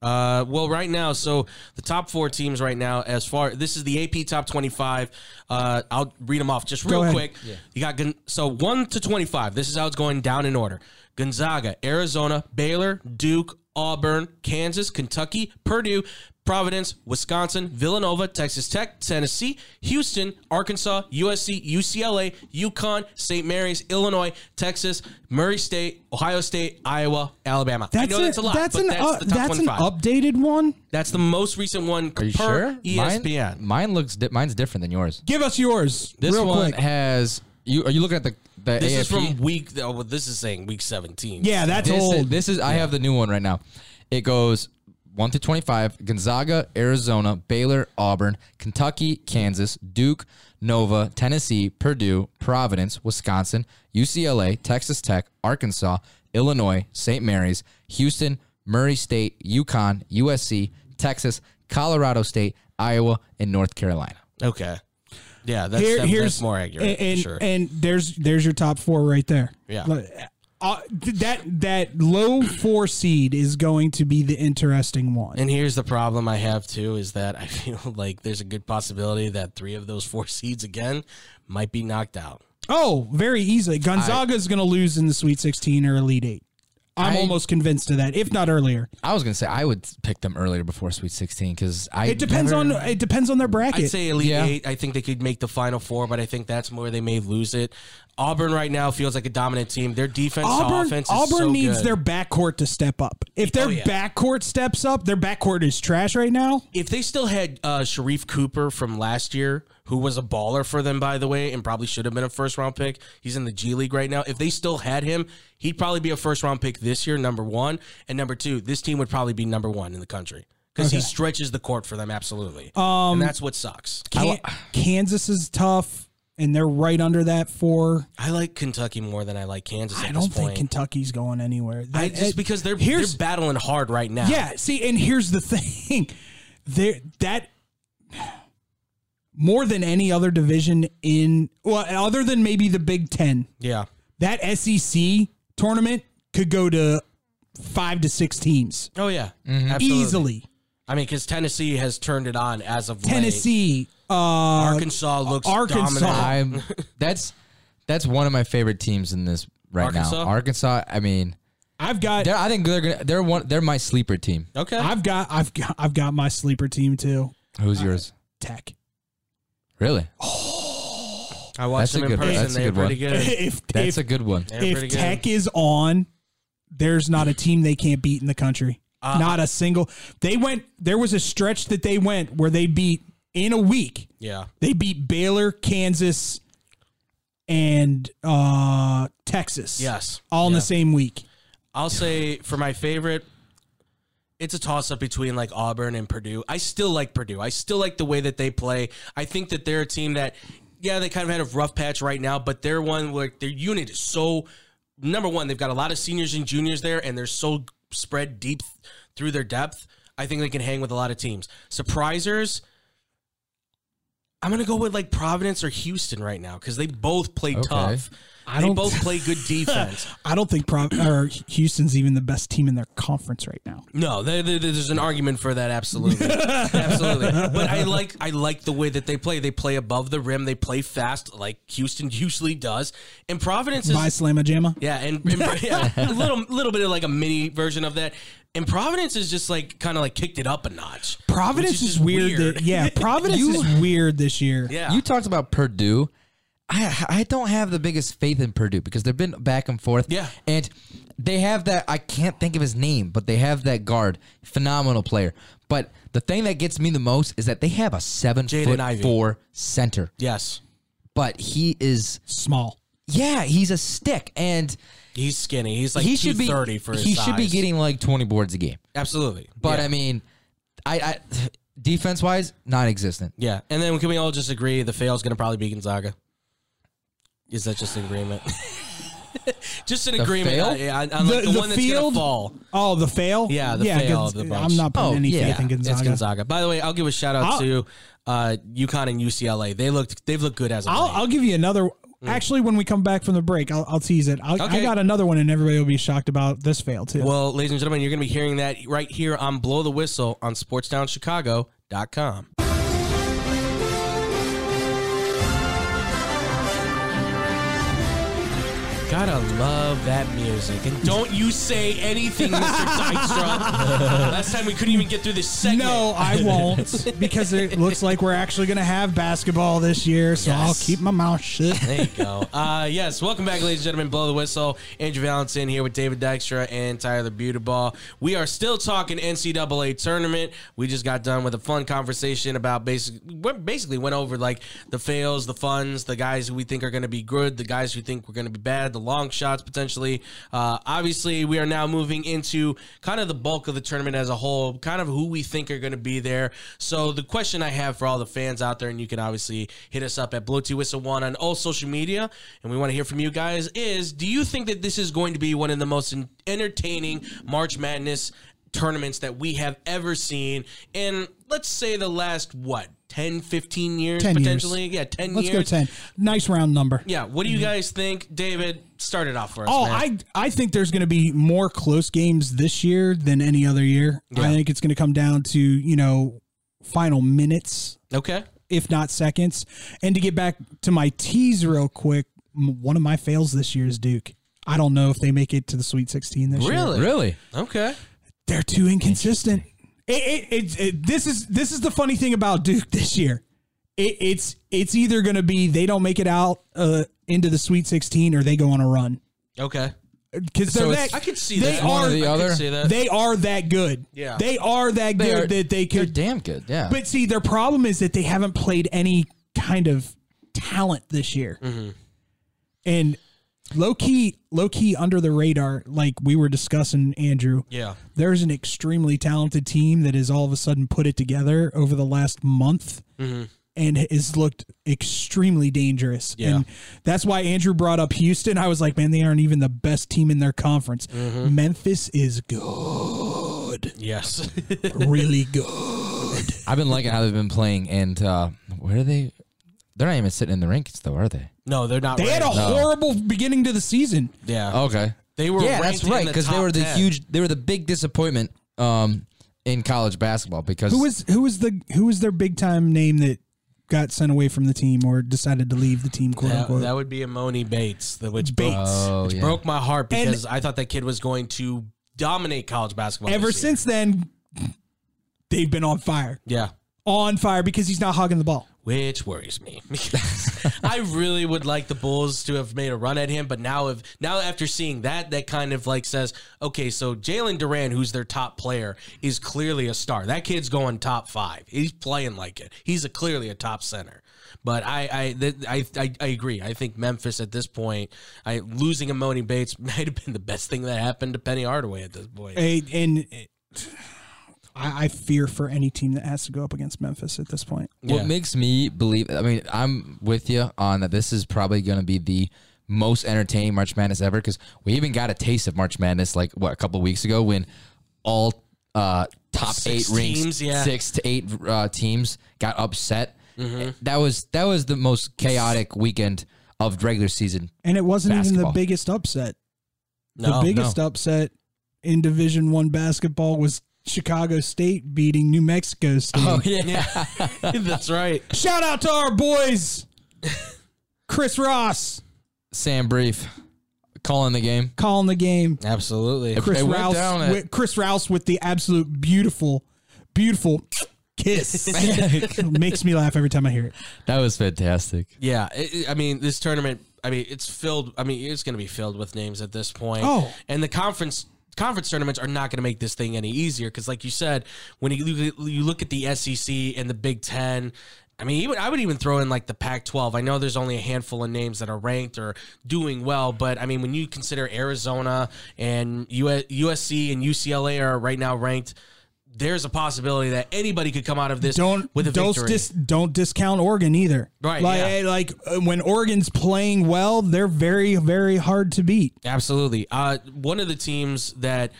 Uh, well, right now, so the top four teams right now, as far this is the AP top twenty-five. Uh, I'll read them off just real
ahead.
quick. You got Gon- so one to twenty-five. This is how it's going down in order: Gonzaga, Arizona, Baylor, Duke, Auburn, Kansas, Kentucky, Purdue, Providence, Wisconsin, Villanova, Texas Tech, Tennessee, Houston, Arkansas, USC, UCLA, Yukon, St. Mary's, Illinois, Texas, Murray State, Ohio State, Iowa, Alabama. I
That's
know
it.
that's a lot,
that's
but
an
that's
uh,
the top
that's an
25.
updated one.
That's the most recent one
Are you
per E
sure?
ESPN.
Mine, mine looks di- mine's different than yours.
Give us yours.
This
real
one
quick.
has you. Are you looking at the the
This is
AFP?
from week. Oh, well, this is saying week seventeen.
yeah, that's
this
old.
Is, this is I have the new one right now. It goes one through twenty-five: Gonzaga, Arizona, Baylor, Auburn, Kentucky, Kansas, Duke, Nova, Tennessee, Purdue, Providence, Wisconsin, UCLA, Texas Tech, Arkansas, Illinois, St. Mary's, Houston, Murray State, Yukon, USC, Texas, Colorado State, Iowa, and North Carolina.
Okay. Yeah, that's,
Here-
that-
here's
that's more accurate.
And,
for
and,
sure.
and there's there's your top four right there.
Yeah.
Like, Uh, th- that that low four seed is going to be the interesting one.
And here's the problem I have too is that I feel like there's a good possibility that three of those four seeds again might be knocked out.
Oh, very easily. Gonzaga's going to lose in the Sweet 16 or Elite 8. I'm
I-
almost convinced of that, if not earlier.
I was gonna say I would pick them earlier before Sweet Sixteen because I
It depends
never-
on it depends on their bracket.
I'd say Elite
Yeah.
Eight. I think they could make the Final Four, but I think that's where they may lose it. Auburn right now feels like a dominant team. Their defense, to
Auburn,
offense, is
Auburn
so
needs
good.
their backcourt to step up. If their
Oh, yeah.
backcourt steps up, their backcourt is trash right now.
if they still had uh, Sharif Cooper from last year, who was a baller for them, by the way, and probably should have been a first round pick, he's in the G League right now. If they still had him, he'd probably be a first round pick this year, number one. And number two, this team would probably be number one in the country because he stretches the court for them, absolutely. Um, and that's what sucks.
Can- Kansas is tough, and they're right under that four.
I like Kentucky more than I like Kansas at
I
this
don't think
point.
Kentucky's going anywhere. That,
I just because they're, they're
here's
battling hard right now.
Yeah, see, and here's the thing. There that more than any other division in well, other than maybe the Big Ten,
Yeah.
that SEC tournament could go to five to six teams.
Oh, yeah. Absolutely.
Easily.
I mean, because Tennessee has turned it on as of late.
Tennessee, uh
Arkansas looks
Arkansas.
dominant.
I'm that's that's one of my favorite teams in this right
Arkansas?
now. Arkansas. I mean,
I've got
they're, I think they're gonna, they're one they're my sleeper team.
Okay.
I've got I've got I've got my sleeper team too.
Who's yours?
Tech.
Really?
I watched
That's a
them in
good-
person.
that's a
They're
good one.
pretty good.
if
That's
if,
a good one.
They're pretty
if
good.
Tech is on, there's not a team they can't beat in the country.
Uh,
not a single. They went. There was a stretch that they went where they beat in a week.
yeah,
They beat Baylor, Kansas, and uh Texas.
Yes.
all in the
Yeah.
same week.
I'll say for my favorite, it's a toss up between like Auburn and Purdue. I still like Purdue. I still like the way that they play. I think that they're a team that, yeah, they kind of had a rough patch right now, but they're one where their unit is so number one. They've got a lot of seniors and juniors there, and they're so spread deep through their depth. I think they can hang with a lot of teams. Surprisers. I'm gonna go with like Providence or Houston right now because they both play tough.
I
they
don't-
both play good defense.
I don't think Pro- or Houston's even the best team in their conference right now.
No, there, there- there's an argument for that. Absolutely, absolutely. But I like I like the way that they play. They play above the rim. They play fast, like Houston usually does. And Providence is
Bye, Slamma Jamma.
yeah, and, and- yeah, a little little bit of like a mini version of that. And Providence is just like kind of like kicked it up a notch.
Providence
which
is,
just
weird. That, yeah, Providence is weird this year.
yeah.
You talked about Purdue. I I don't have the biggest faith in Purdue because they've been back and forth.
Yeah.
And they have that I can't think of his name, but they have that guard, phenomenal player. But the thing that gets me the most is that they have a seven
Jaden
foot
Ivey.
four center,
yes,
but he is
Small.
yeah he's a stick and
he's skinny. He's like
he should be
230 for his
he should be
size.
getting like twenty boards a game.
absolutely.
But
yeah.
I mean, I, I defense wise non-existent.
yeah. And then can we all just agree the fail's going to probably be Gonzaga? Is that just an agreement? just an agreement.
fail?
on- yeah, on, on, like the, one that's going
field-
to fall.
Oh, the fail.
Yeah, the fail
Gonz-
of the bunch.
I'm not putting
Oh,
any
yeah.
faith in Gonzaga.
It's Gonzaga. By the way, I'll give a shout out
I'll-
to uh, UConn and UCLA. They looked they've looked good as of
I'll,
late.
I'll give you another. Actually, when we come back from the break, I'll, I'll tease it. I'll,
Mm. Okay.
I got another one, and everybody will be shocked about this fail too.
Well, ladies and gentlemen, you're going to be hearing that right here on Blow the Whistle on SportsDownChicago.com. Gotta love that music. And don't you say anything, Mr. Dykstra. Last time we couldn't even get through this segment.
no, I won't because it looks like we're actually going to have basketball this year, so I'll
Yes.
keep my mouth shut.
There you go. Uh, yes, welcome back, ladies and gentlemen. Blow the whistle. Andrew Valentin here with David Dykstra and Tyler Butaball. We are still talking NCAA tournament. We just got done with a fun conversation about basic. we basically went over like the fails, the funds, the guys who we think are going to be good, the guys who think we're going to be bad, the long shots potentially. Uh, obviously, we are now moving into kind of the bulk of the tournament as a whole, kind of who we think are going to be there. So the question I have for all the fans out there, and you can obviously hit us up at Blow Two Whistle One on all social media, and we want to hear from you guys. Is do you think that this is going to be one of the most en- entertaining March Madness tournaments that we have ever seen in let's say the last what 10 15 years
10 years.
potentially yeah 10
Let's
years
go ten. Nice round number.
yeah what do you guys think david start it off for us
Oh,
man.
I I think there's going to be more close games this year than any other year. I think it's going to come down to you know final minutes,
okay
if not seconds. And to get back to my tease real quick, m- one of my fails this year is Duke. I don't know if they make it to the Sweet 16 this year.
Really?
Really?
Okay.
They're too inconsistent. It, it, it, it- this is this is the funny thing about Duke this year. It, it's it's either going to be they don't make it out uh, into the Sweet 16 or they go on a run
Okay.
because
So
they're
it's-
that
I could see
they
that.
are
or the
I
other?
Could see that.
they are that good.
Yeah.
They are that
They
good
are-
that they
They're
could.
damn good. Yeah.
But see, their problem is that they haven't played any kind of talent this year.
Mm-hmm.
And low key, low key under the radar, like we were discussing, Andrew.
yeah.
There's an extremely talented team that has all of a sudden put it together over the last month
Mm-hmm.
and has looked extremely dangerous.
Yeah.
And that's why Andrew brought up Houston. I was like, man, they aren't even the best team in their conference.
Mm-hmm.
Memphis is good,
Yes.
really good.
I've been liking how they've been playing, and uh, where are they? They're not even sitting in the rankings, though, are they?
no, they're not.
They had a
ranked.
horrible beginning to the season.
Yeah.
Okay,
They were
yeah,
ranked
that's
in
right,
the
because they
top
were the
10.
huge, they were the big disappointment um, in college basketball. Because
Who was who was the who was their big time name that got sent away from the team or decided to leave the team, quote
That,
unquote?
that would be Amoni Bates, the, which
Bates.
broke,
Oh,
which
yeah.
broke my heart
And-
because I thought that kid was going to dominate college basketball.
Ever
this year.
since then, they've been on fire,
Yeah.
on fire because he's not hogging the ball.
Which worries me because I really would like the Bulls to have made a run at him, but now if now after seeing that, that kind of like says, okay, so Jalen Duran, who's their top player, is clearly a star. That kid's going top five. He's playing like it. He's a, clearly a top center. But I I, th- I I I agree. I think Memphis at this point, I losing Amoni Bates might have been the best thing that happened to Penny Hardaway at this point.
And, and
I, I fear for any team that has to go up against Memphis at this point.
Yeah.
What makes me believe? I mean, I'm with you on that. This is probably going to be the most entertaining March Madness ever because we even got a taste of March Madness like what a couple of weeks ago when all uh, top
Six
eight rings,
teams, yeah. Mm-hmm.
six to eight uh, teams got upset. Eh, That was that was the most chaotic weekend of regular season.
And it wasn't even
Basketball.
the biggest upset.
No,
the biggest upset in Division One basketball was Chicago State beating New Mexico State.
Oh,
yeah,
That's right.
Shout out to our boys, Chris Ross
Sam Brief calling the game.
calling the game.
Absolutely.
Chris
They went
Rouse,
down at-
with, Chris Rouse with the absolute beautiful, beautiful kiss. Makes me laugh every time I hear it.
That was fantastic.
Yeah, it, it- I mean, this tournament. I mean, it's filled. I mean, it's going to be filled with names at this point.
Oh.
and the conference conference tournaments are not going to make this thing any easier because, like you said, when you look, you look at the SEC and the Big Ten. I mean, even I would even throw in like the Pac-12. I know there's only a handful of names that are ranked or doing well, but I mean, when you consider Arizona and US, USC and UCLA are right now ranked, there's a possibility that anybody could come out of this
Don't
with a
don't
victory.
dis, don't discount Oregon either.
Right,
like
yeah.
eh, like uh, when Oregon's playing well, they're very very hard to beat.
Absolutely. Uh, one of the teams that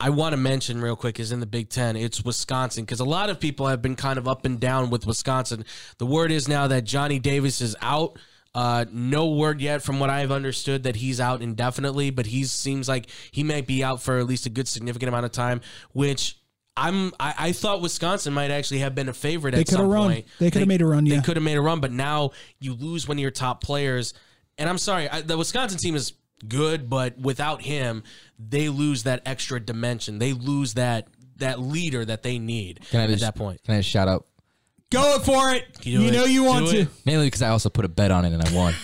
I want to mention real quick is in the Big Ten. It's Wisconsin because a lot of people have been kind of up and down with Wisconsin. The word is now that Johnny Davis is out. Uh, no word yet, from what I've understood, that he's out indefinitely, but he seems like he might be out for at least a good significant amount of time, which. I'm. I, I thought Wisconsin might actually have been a favorite.
They
at
coulda
some
run.
point.
They coulda made a run,
They
yeah.
could have made a run, but now you lose one of your top players. And I'm sorry, I, the Wisconsin team is good, but without him, they lose that extra dimension. They lose that that leader that they need
Can I
at
just,
that point.
Can I just shout out?
Go for it.
do
You
it.
know you want
Do
to.
it.
Mainly because I also put a bet on it and I won.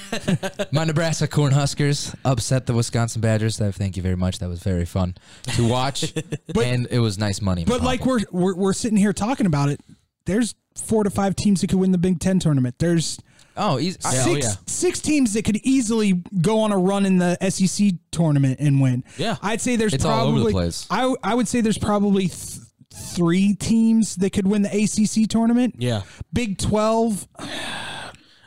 My Nebraska Cornhuskers upset the Wisconsin Badgers. That- Thank you very much. That was very fun to watch, and it was nice money. in my
But like
pocket.
we're, we're we're sitting here talking about it. There's four to five teams that could win the Big Ten tournament. There's
oh, he's,
six
oh yeah,
six teams that could easily go on a run in the SEC tournament and win.
Yeah.
I'd say there's
It's all
probably
over the place.
I I would say there's probably th- three teams that could win the ACC tournament.
Yeah,
Big Twelve.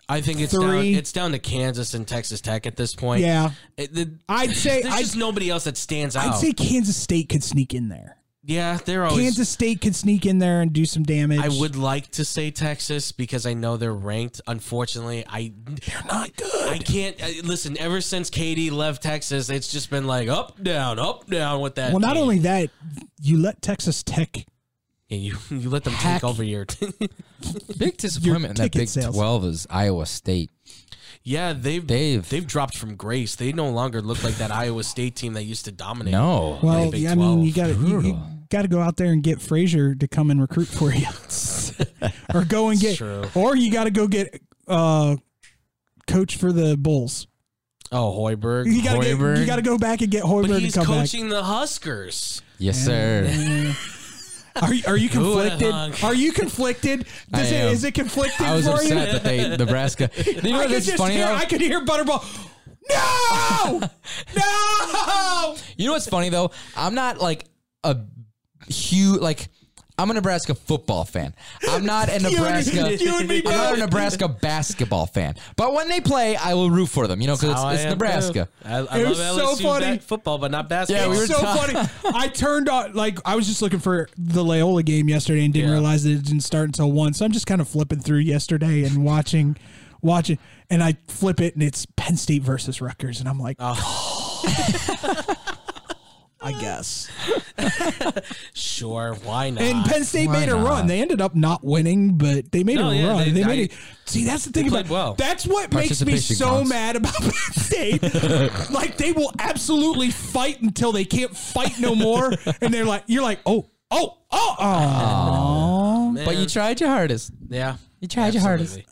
I think it's down,
Three.
it's down to Kansas and Texas Tech at this point.
Yeah.
It- the-
I'd say
there's
I'd,
just nobody else that stands out.
I'd say Kansas State could sneak in there.
yeah, they're always.
Kansas State could sneak in there and do some damage.
Oh, I would like to say Texas because I know they're ranked. Unfortunately, I they're not good. I can't I, listen. Ever since Katie left Texas, it's just been like up down, up down with that.
Well, not
team.
only that, you let Texas Tech
Yeah, you you let them
Hack.
take over your.
big disappointment. in That
ticket
Big
sales.
Twelve is Iowa State.
yeah, they've
Dave.
they've dropped from grace. They no longer look like that Iowa State team that used to dominate.
No,
Well,
the Big
yeah, I mean,
12.
you got to you,
Brutal.
got to go out there and get Frazier to come and recruit for you, or go and get,
true.
or you got to go get uh, coach for the Bulls.
Oh, Hoiberg.
You got
Hoiberg.
you got to go back and get
but
Hoiberg to
he's
come
coaching the Huskers.
yes sir.
back. Are you, are you
Who would've
conflicted?
hung?
Are you conflicted?
I
Does it,
am.
is it conflicted
I was
for you?
upset that they Nebraska. You know
I
what
could
that's
just
funny?
hear.
though?
I could hear Butterball. No, no.
You know what's funny though? I'm not like a huge like I'm a Nebraska football fan. I'm not a
You and me-
Nebraska.
you and me
I'm not
both.
a Nebraska basketball fan. But when they play, I will root for them. You know, because
How I
it's, it's
am,
Nebraska.
too. I, I
It
love
was so
LSU
funny.
ba- football, but not basketball.
Yeah, we were
so
talking-
funny. I turned on like I was just looking for the Layola game yesterday and didn't
Yeah.
realize that it didn't start until one. So I'm just kind of flipping through yesterday and watching, watching, and I flip it and it's Penn State versus Rutgers, and I'm like, Oh. I guess.
sure. Why not?
And Penn State
why
made a
not?
run. They ended up not winning, but they made
No,
a
yeah,
run.
they-
They,
I-
made it. See, that's the thing
played
about
well.
that's what makes me
Participation
so
counts.
mad about Penn State. like they will absolutely fight until they can't fight no more, and they're like, you're like, oh, oh, oh,
Ah,
oh.
But you tried your hardest.
Yeah,
You tried your hardest.
absolutely.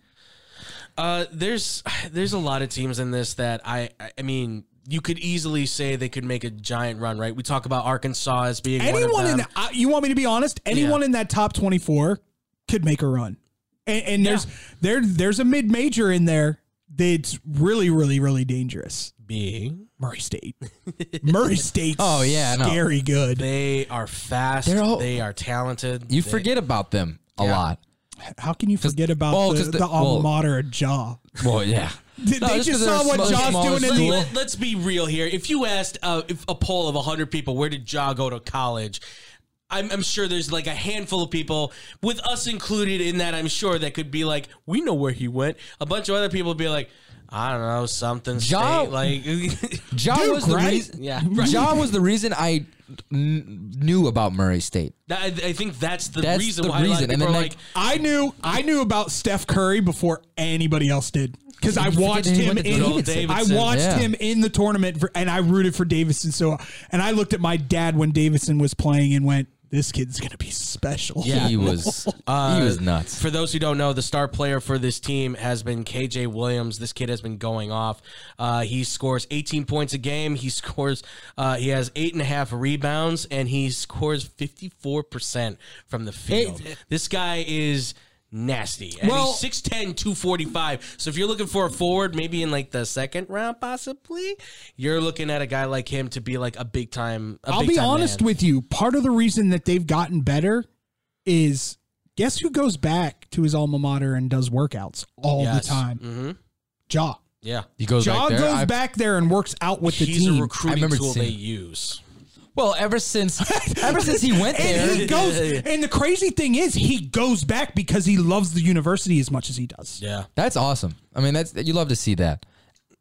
Uh, there's there's a lot of teams in this that I I- I mean you could easily say they could make a giant run, right? We talk about Arkansas as being one
Anyone
of
in
them.
the, uh, you want me to be honest? Anyone in that top twenty four could make a run, and, and there's there there's a mid major in there
It's really, really, really dangerous.
Being
Murray State. Murray State.
Oh, yeah, I know.
scary good.
they are fast,
They're all-
they are talented.
You
they-
forget about them a lot.
How can you forget about
well,
the,
'cause
the,
the-
alma
well-
mater of Jaw?
Well, yeah.
They-
No,
they
just 'cause
just
they're
saw what
small-
Jaw's
small
doing in
school.
the
Let, us be real here. If you asked uh, if a poll of 100 people, where did Ja go to college? I'm, I'm sure there's like a handful of people, with us included in that, I'm sure, that could be like, we know where he went. A bunch of other people would be like, I don't know, something
Ja-
state. Like,
Ja was the reason.
Yeah.
Ja was the reason I n- knew about Murray State.
I, I think that's the
That's
reason
the
why a lot of
reason. And
people
then they-
are like,
I knew I knew about Steph Curry before anybody else did because I
You forget
watched
that he
him.
went to
In,
Davidson.
I watched
Yeah.
him in the tournament, for, and I rooted for Davidson. So, and I looked at my dad when Davidson was playing and went, "This kid's gonna be special."
He was
Uh,
he was nuts.
For those who don't know, the star player for this team has been KJ Williams. This kid has been going off. Uh, he scores 18 points a game. He scores. Uh, he has eight and a half rebounds, and he scores 54 percent from the field. this guy is. Nasty. And
Well-
he's 6'10, 245. So if you're looking for a forward, maybe in like the second round, possibly, you're looking at a guy like him to be like a big time. i
I'll be honest with you. Part of the reason that they've gotten better is guess who goes back to his alma mater and does workouts all
Yes.
the time?
Mm-hmm.
Mhm.
Jaw.
Yeah.
He goes back
Jaw
there.
goes
I-
back there and works out with the
He's
team.
a recruiting
remember
tool
seeing-
they use.
Well, ever since ever since he went
And
there,
he goes. And the crazy thing is, he goes back because he loves the university as much as he does.
Yeah.
That's awesome. I mean, that's you love to see that.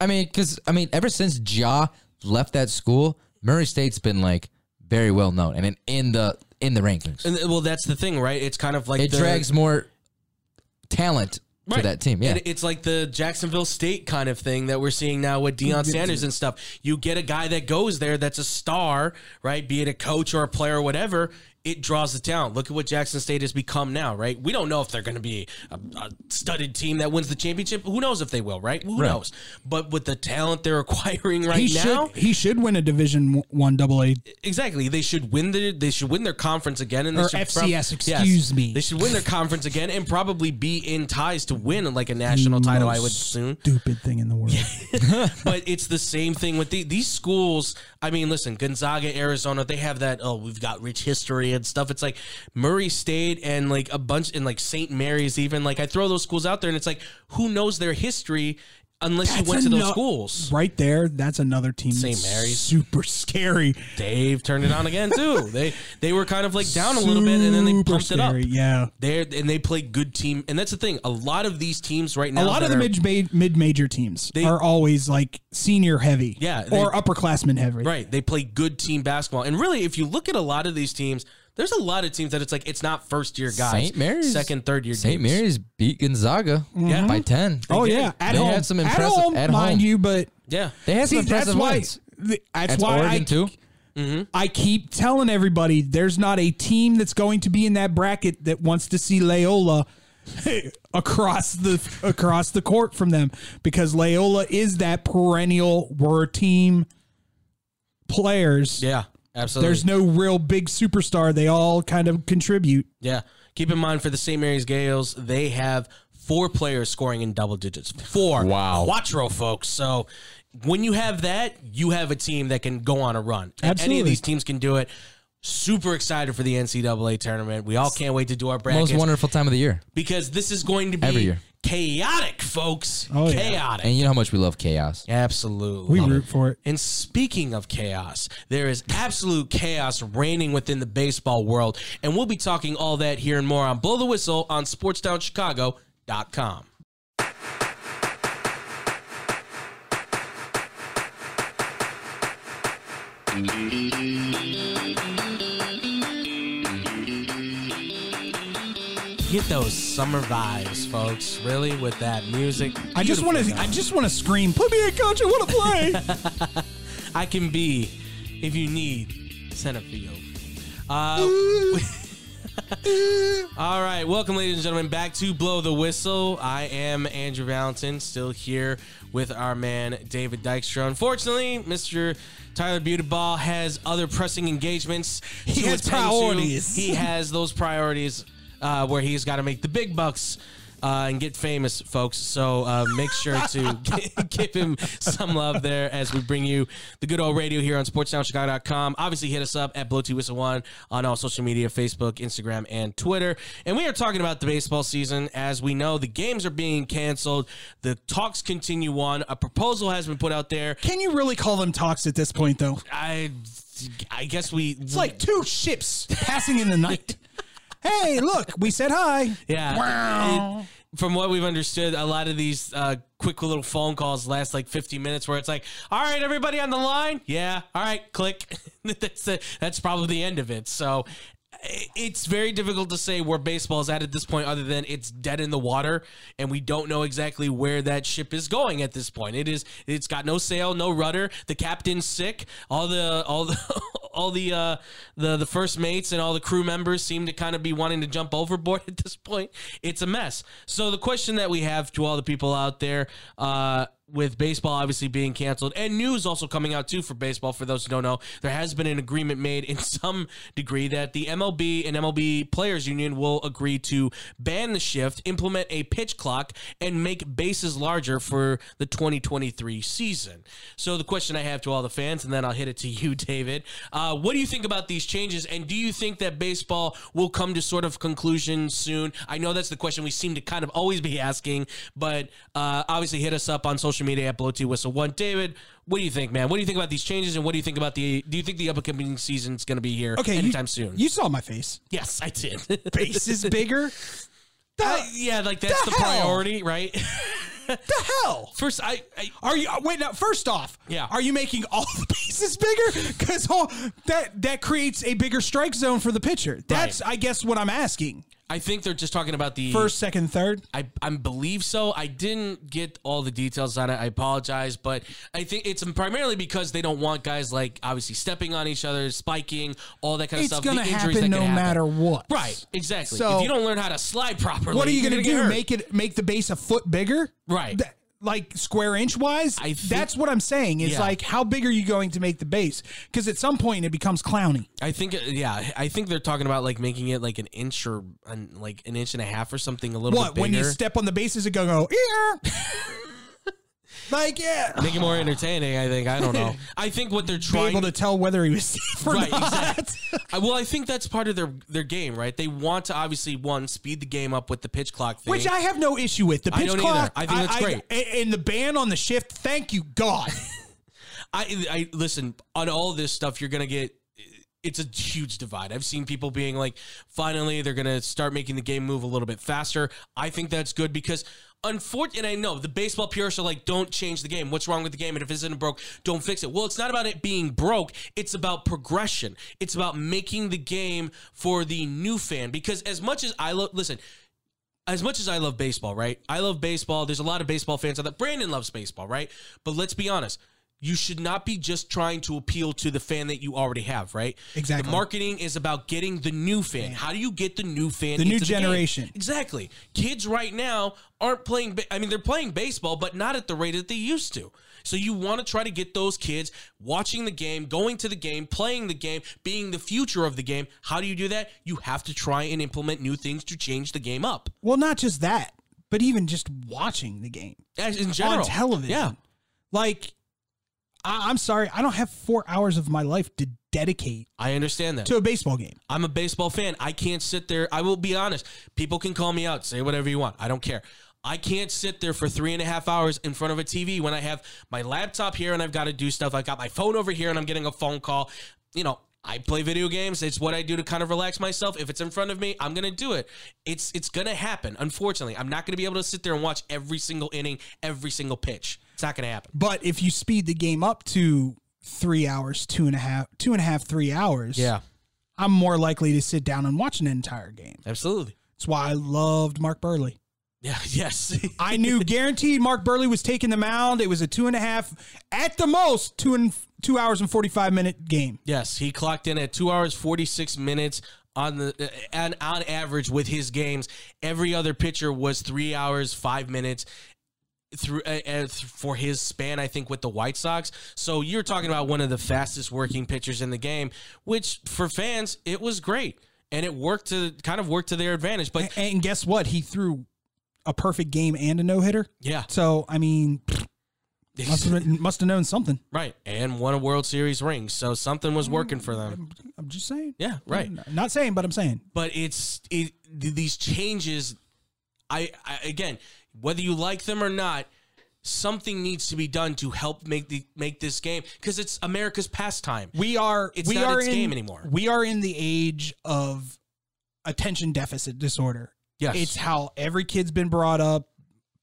I mean, because I mean, ever since Ja left that school, Murray State's been like very well known and in, in the in the rankings.
And uh, well, that's the thing, right? It's kind of like
It
the,
drags more talent to
Right.
that team. Yeah,
And it's like the Jacksonville State kind of thing that we're seeing now with Deion Sanders and stuff. You get a guy that goes there that's a star, right? Be it a coach or a player or whatever, it draws the talent. Look at what Jackson State has become now, right? We don't know if they're going to be a, a studded team that wins the championship. Who knows if they will, right? Who knows? But with the talent they're acquiring right
he
now,
should. He should win a Division One Double A.
exactly. They should win the they should win their conference again and they
Or
should
FCS, excuse me.
They should win their conference again and probably be in ties to win like a national title I would assume.
Stupid thing in the world.
But it's the same thing with the, these schools. I mean, listen, Gonzaga, Arizona, they have that oh, we've got rich history and stuff. It's like Murray State and like a bunch and like St. Mary's even like I throw those schools out there and it's like who knows their history unless you went to those
ano-
schools.
Right there, that's another team.
St.
that's
Mary's.
super scary.
Dave turned it on again too. they they were kind of like down a little bit and then they
Super
pumped it up.
scary, Yeah,
They're and they play good team, and that's the thing. A lot of these teams right now,
a lot of
that
the
are-
mid mid major teams
They-
are always like senior heavy,
Yeah, they-
or upperclassmen heavy.
right, they play good team basketball, and really, if you look at a lot of these teams, there's a lot of teams that it's like it's not first year guys,
St. Mary's
second, third year,
St.
dudes.
Mary's beat Gonzaga
Yeah.
by ten.
Oh
did.
yeah, at
They
home.
had some
at
impressive-
home,
at
mind
home.
you, but
yeah,
They had some
See, that's
impressive
why.
wins.
th- That's
That's
why
Oregon
I
too.
I keep telling everybody there's not a team that's going to be in that bracket that wants to see Loyola across the across the court from them because Loyola is that perennial were team players.
yeah, absolutely.
There's no real big superstar. They all kind of contribute.
yeah, keep in mind for the St. Mary's Gales, they have four players scoring in double digits, four. Wow, Quattro folks. So when you have that, you have a team that can go on a run. And any of
Absolutely.
these teams can do it. Super excited for the NCAA tournament. We all can't wait to do our brackets.
Most wonderful time of the year.
because this is going to
Every
be
year.
chaotic, folks.
Oh, yeah.
chaotic.
And you know how much we love chaos.
Absolutely.
We root for it.
And speaking of chaos, there is absolute chaos reigning within the baseball world. And we'll be talking all that here and more on Blow the Whistle on sportsdownchicago.com. Get those summer vibes, folks. Really, with that music.
I just want to.
Beautiful,
I
guys.
just want to scream. Put me in, coach. I want to play.
I can be, if you need, center field. Uh, all right, welcome, ladies and gentlemen, back to Blow the Whistle. I am Andrew Valentin, still here with our man David Dykstra. Unfortunately, Mr. Tyler Butaball has other pressing engagements. He
has priorities.
He has those priorities uh, where he's got to make the big bucks uh, and get famous, folks. So uh, make sure to gi- give him some love there as we bring you the good old radio here on sportssoundchicago.com. Obviously, hit us up at Blow Two Whistle One on all social media Facebook, Instagram, and Twitter. And we are talking about the baseball season. As we know, the games are being canceled, the talks continue on. A proposal has been put out there.
Can you really call them talks at this point, though?
I. I guess we
It's like two ships passing in the night. hey, look, we said hi.
Yeah. It- from what we've understood, a lot of these uh, quick little phone calls last like 50 minutes where it's like, all right, everybody on the line? Yeah. All right, click. that's, the, that's probably the end of it. So i- it's very difficult to say where baseball is at at this point, other than it's dead in the water and we don't know exactly where that ship is going at this point. It is, it's got no sail, no rudder. The captain's sick. All the, all the, all the uh, the the first mates and all the crew members seem to kind of be wanting to jump overboard at this point. It's a mess. So the question that we have to all the people out there, uh, with baseball obviously being canceled and news also coming out too for baseball. For those who don't know, there has been an agreement made in some degree that the MLB and MLB Players Union will agree to ban the shift, implement a pitch clock, and make bases larger for the 2023 season. So the question I have to all the fans, and then I'll hit it to you, David. Uh, what do you think about these changes, and do you think that baseball will come to sort of conclusion soon? I know that's the question we seem to kind of always be asking, but uh, obviously hit us up on social media at Blow Two Whistle One. David, what do you think, man? What do you think about these changes, and what do you think about the? Do you think the upcoming season is going to be here
Okay, you-
anytime soon?
You saw my face.
yes, I did.
Face is bigger. The,
Uh, yeah, like that's the,
The hell?
priority, right?
the hell?
First, I, I
Are you wait now? First off,
Yeah.
Are you making all the bases bigger? Because that that creates a bigger strike zone for the pitcher. That's I guess what I'm asking.
I think they're just talking about the
First, second, third.
I, I believe so. I didn't get all the details on it. I apologize, but I think it's primarily because they don't want guys like obviously stepping on each other, spiking, all that kind of
It's
stuff.
gonna
the injuries
happen
that
no
can
matter what.
Right, exactly.
So-
if you don't learn how to slide properly,
What are you
you're
going to
gonna get
do?
hurt.
Make it make the base a foot bigger?
Right.
Th- like square inch wise?
I think-
That's what I'm saying. It's
Yeah.
like how big are you going to make the base? Cuz at some point it becomes clowny.
I think yeah, I think they're talking about like making it like an inch or an, like an inch and a half or something a little
What
bit
when
bigger.
you step on the bases it go go "Ear." Like yeah.
Make it more entertaining, I think. I don't know. I think what they're
Be
trying
able to tell whether he was safe or
Right,
not.
I- well, I think that's part of their their game, right? They want to obviously one speed the game up with the pitch clock thing,
Which I have no issue with. The
I
pitch
don't either.
clock.
I think that's great.
and- and the ban on the shift. Thank you God.
I, I listen on all this stuff. You're gonna get. It's a huge divide. I've seen people being like, finally, they're gonna start making the game move a little bit faster. I think that's good because. Unfortunately, I know the baseball purists are like, don't change the game. What's wrong with the game? And if it isn't broke, don't fix it. Well, it's not about it being broke. It's about progression. It's about making the game for the new fan. Because as much as I love, listen, as much as I love baseball, right? I love baseball. There's a lot of baseball fans out there. Brandon loves baseball, right? But let's be honest. You should not be just trying to appeal to the fan that you already have, right?
Exactly.
The marketing is about getting the new fan. How do you get the new fan?
The new
into game?
generation.
Exactly. Kids right now aren't playing. Ba- I mean, they're playing baseball, but not at the rate that they used to. So you want to try to get those kids watching the game, going to the game, playing the game, being the future of the game. How do you do that? You have to try and implement new things to change the game up.
Well, not just that, but even just watching the game
As in general,
on television.
Yeah,
Like, I, I'm sorry, I don't have four hours of my life to dedicate
I understand that.
to a baseball game.
I'm a baseball fan. I can't sit there. I will be honest. People can call me out, say whatever you want. I don't care. I can't sit there for three and a half hours in front of a TV when I have my laptop here and I've got to do stuff. I've got my phone over here and I'm getting a phone call. You know, I play video games. It's what I do to kind of relax myself. If it's in front of me, I'm gonna do it. It's it's gonna happen. Unfortunately, I'm not gonna be able to sit there and watch every single inning, every single pitch. It's not gonna happen.
But if you speed the game up to three hours, two and a half, two and a half, three hours, I'm more likely to sit down and watch an entire game.
absolutely.
That's why I loved Mark Burley.
Yeah. Yes.
I knew guaranteed Mark Burley was taking the mound. It was a two and a half, at the most, two and two hours and forty five minute game.
Yes, he clocked in at two hours forty six minutes on the and on average with his games. Every other pitcher was three hours five minutes through uh, uh, th- for his span. I think with the White Sox. So you're talking about one of the fastest working pitchers in the game, which for fans it was great and it worked to kind of worked to their advantage. But
And guess what? He threw a perfect game and a no hitter.
Yeah.
So I mean, must have must have known something.
right. And won a World Series ring. So something was working for them.
I'm just saying.
Yeah, right.
N- Not saying, but I'm saying.
but it's it, th- these changes I, I again whether you like them or not something needs to be done to help make the make this game because it's america's pastime
We are
It's
we
not
are
its
in,
game anymore.
We are in the age of attention deficit disorder.
Yes.
It's how every kid's been brought up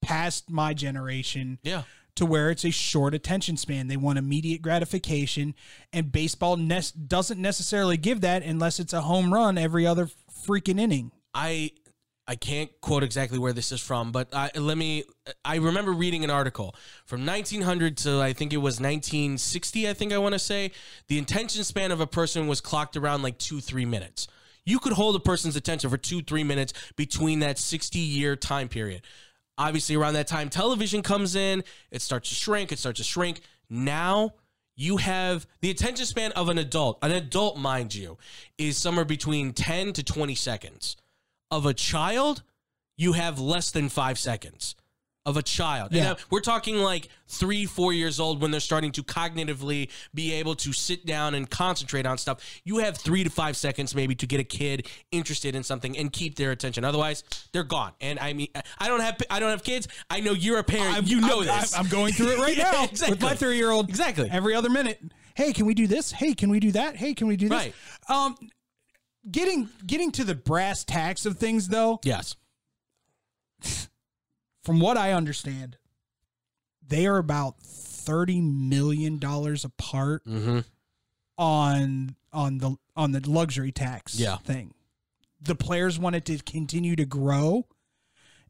past my generation
yeah
to where it's a short attention span. They want immediate gratification and baseball ne- doesn't necessarily give that unless it's a home run every other freaking inning.
I I can't quote exactly where this is from, but I, let me. I remember reading an article from 1900 to I think it was 1960. I think I want to say the attention span of a person was clocked around like two three minutes. You could hold a person's attention for two three minutes between that 60 year time period. Obviously, around that time, television comes in. It starts to shrink. It starts to shrink. Now you have the attention span of an adult. An adult, mind you, is somewhere between 10 to 20 seconds of a child, you have less than five seconds of a child. And
Yeah.
now we're talking like three, four years old when they're starting to cognitively be able to sit down and concentrate on stuff. You have three to five seconds maybe to get a kid interested in something and keep their attention. Otherwise, they're gone. And I mean, I don't have I don't have kids. I know you're a parent. you know
I'm-
this.
I'm, I'm going through it right
Yeah,
now with
exactly.
my three year old.
Exactly.
Every other minute. Hey, can we do this? Hey, can we do that? Hey, can we do this?
Right.
Um, getting getting to the brass tacks of things though.
yes.
From what I understand, they are about thirty million dollars apart
Mhm.
on on the on the luxury tax
Yeah.
thing. The players wanted to continue to grow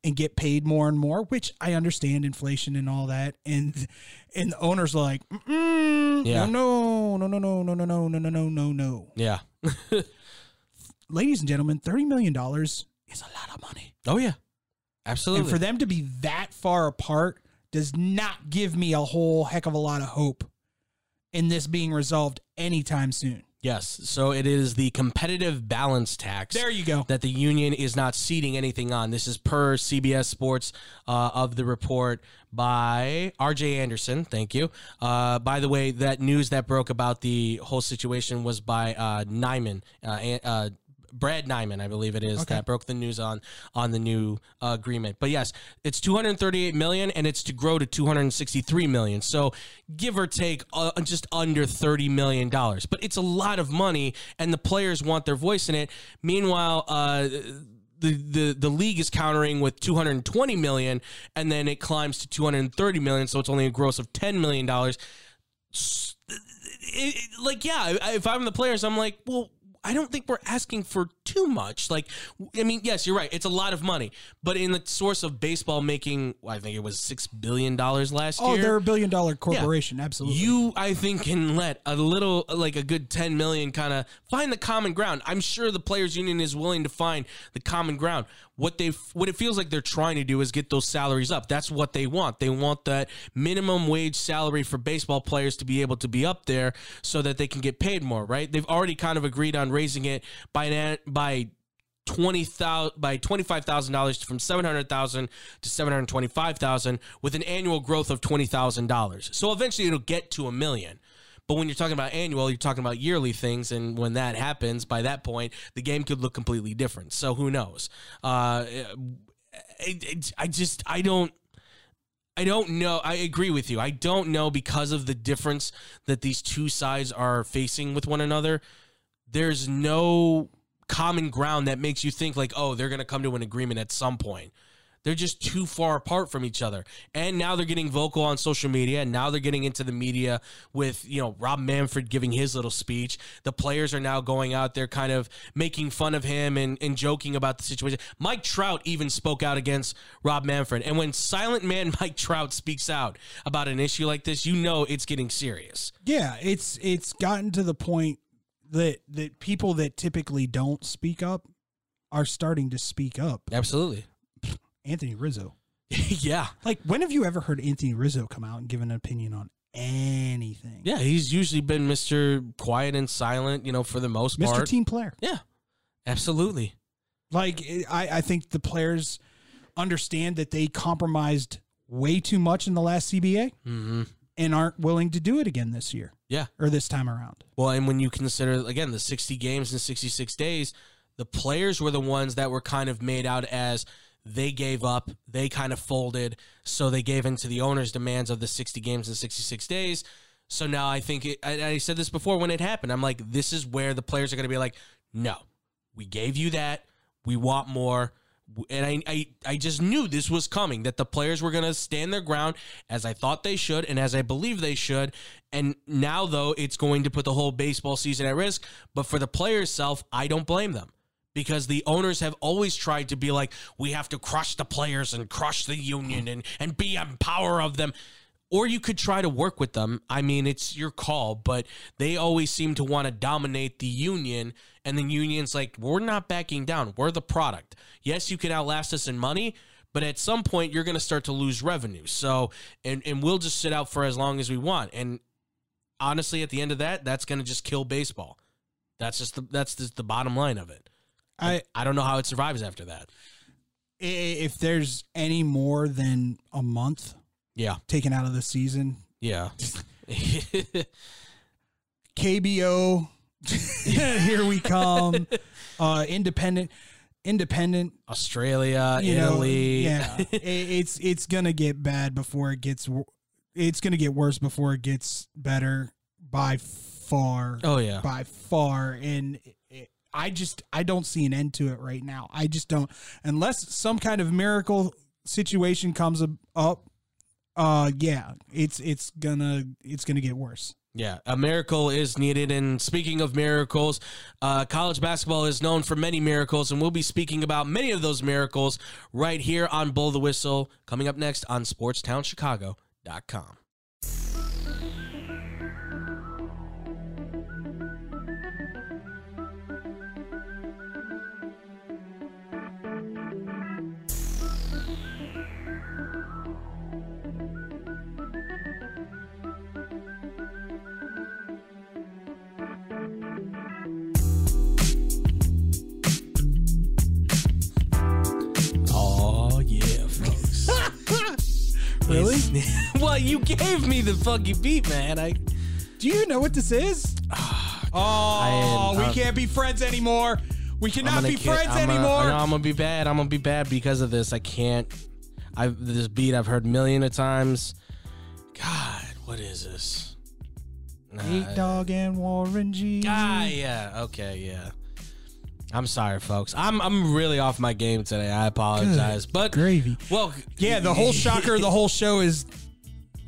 and get paid more and more, which I understand inflation and all that. And and the owners are like, Mm-mm,
Yeah.
no, no, no, no, no, no, no, no, no, no, no, no.
Yeah.
Ladies and gentlemen, thirty million dollars is a lot of money,
Oh yeah.
and
Absolutely.
for them to be that far apart does not give me a whole heck of a lot of hope in this being resolved anytime soon.
yes. So it is the competitive balance tax.
There you go.
that the union is not ceding anything on. This is per CBS Sports uh, of the report by R.J. Anderson. Thank you. Uh, by the way, that news that broke about the whole situation was by uh, Nyman. Uh, An- uh, Brad Nyman, I believe it is, that broke the news on on the new uh, agreement. But yes, it's 238 million, and it's to grow to 263 million. So give or take, uh, just under 30 million dollars. But it's a lot of money, and the players want their voice in it. Meanwhile, uh, the, the the league is countering with 220 million, and then it climbs to 230 million. So it's only a gross of 10 million dollars it, it- like yeah I- if i'm the players i'm like well i don't think we're asking for too much like w- i mean yes you're right it's a lot of money but in the source of baseball making well, i think it was six billion dollars last
Oh,
year
they're a billion dollar
Yeah.
corporation. Absolutely.
You, I think, can let a little, like a good 10 million kind of find the common ground. I'm sure the players union is willing to find the common ground. What they, what it feels like they're trying to do is get those salaries up. That's what they want. They want that minimum wage salary for baseball players to be able to be up there so that they can get paid more, right? They've already kind of agreed on raising it by, an- by twenty thousand by twenty five thousand dollars from seven hundred thousand to seven hundred twenty five thousand with an annual growth of twenty thousand dollars. So eventually it'll get to a million. But when you're talking about annual, you're talking about yearly things, and when that happens, by that point, the game could look completely different. So who knows? Uh, it, it, I just I don't. I don't know. I agree with you. I don't know because of the difference that these two sides are facing with one another. There's no common ground that makes you think like, oh, they're going to come to an agreement at some point. They're just too far apart from each other. And now they're getting vocal on social media. And now they're getting into the media with, you know, Rob Manfred giving his little speech. The players are now going out there kind of making fun of him and, and joking about the situation. Mike Trout even spoke out against Rob Manfred. And when silent man Mike Trout speaks out about an issue like this, you know it's getting serious.
Yeah, it's it's gotten to the point that that people that typically don't speak up are starting to speak up.
Absolutely.
Anthony Rizzo.
yeah.
Like when have you ever heard Anthony Rizzo come out and give an opinion on anything?
Yeah, he's usually been Mr. Quiet and Silent, you know, for the most
Mr.
part.
Team Player.
Yeah, absolutely.
Like I I think the players understand that they compromised way too much in the last CBA
Mm-hmm.
and aren't willing to do it again this year
Yeah.
or this time around.
Well, and when you consider again the 60 games in 66 days, the players were the ones that were kind of made out as they gave up, they kind of folded, so they gave in to the owners' demands of the 60 games in 66 days. So now I think it, I, I said this before when it happened. I'm like, this is where the players are going to be like, no, we gave you that, we want more. And I, I, I just knew this was coming, that the players were going to stand their ground as I thought they should and as I believe they should. And now, though, it's going to put the whole baseball season at risk. But for the players' self, I don't blame them because the owners have always tried to be like, we have to crush the players and crush the union and, and be on power of them. Or you could try to work with them. I mean, it's your call, but they always seem to want to dominate the union. And the union's like, we're not backing down. We're the product. Yes, you can outlast us in money, but at some point, you're going to start to lose revenue. So, and, and we'll just sit out for as long as we want. And honestly, at the end of that, that's going to just kill baseball. That's just the, that's just the bottom line of it.
I,
I don't know how it survives after that.
i- if there's any more than a month
Yeah.
taken out of the season,
Yeah.
KBO, here we come, uh, independent, independent,
Australia,
you know,
Italy.
yeah, i- it's it's gonna get bad before it gets, wo- it's gonna get worse before it gets better by far,
Oh yeah.
by far, and. It, I just I don't see an end to it right now. I just don't unless some kind of miracle situation comes ab- up. Uh, yeah, it's it's gonna it's gonna get worse.
Yeah. A miracle is needed. And speaking of miracles, uh, college basketball is known for many miracles, and we'll be speaking about many of those miracles right here on Blow the Whistle, coming up next on sportstownchicago.com. Oh yeah, folks.
Really?
well, you gave me the fucking beat, man. I
Do you know what this is? Oh, we can't be friends anymore. We cannot be
ki-
friends
I'm
anymore.
Gonna, I know I'm gonna be bad. I'm gonna be bad because of this. I can't. I this beat I've heard a million of times. God, what is this?
Eight Dog and Warren G.
Ah, yeah. Okay, yeah. I'm sorry, folks. I'm I'm really off my game today. I apologize, but
gravy.
Well,
Yeah, the whole shocker of the whole show is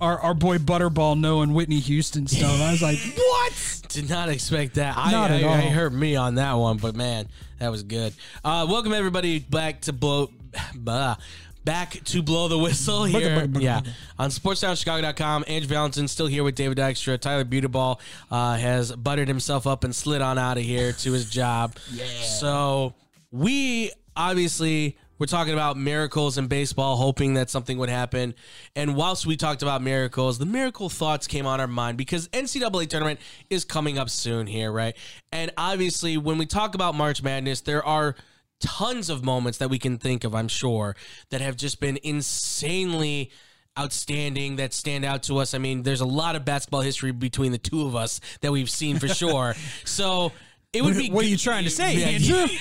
our, our boy Butterball knowing Whitney Houston stuff. I was like, what?
Did not expect that. I,
Not at
I, I
all.
hurt me on that one, but man, that was good. Uh, welcome everybody back to blow, bah, back to blow the whistle here.
bugga, bugga,
Yeah,
bugga.
on sportsdownchicago.com. Andrew Valentin still here with David Dykstra. Tyler Butterball uh, has buttered himself up and slid on out of here to his job. yeah. So we obviously we're talking about miracles in baseball, hoping that something would happen. And whilst we talked about miracles, the miracle thoughts came on our mind because NCAA tournament is coming up soon here, right? And obviously, when we talk about March Madness, there are tons of moments that we can think of, I'm sure, that have just been insanely outstanding that stand out to us. I mean, there's a lot of basketball history between the two of us that we've seen for sure. So it would be
What are you trying to say, Andrew?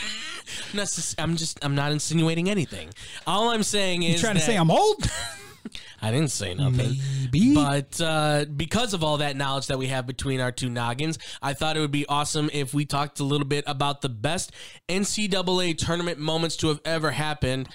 necess- I'm just I'm not insinuating anything. All I'm saying is
You trying to
that-
say I'm old?
I didn't say nothing.
Maybe.
But uh, because of all that knowledge that we have between our two noggins, I thought it would be awesome if we talked a little bit about the best NCAA tournament moments to have ever happened.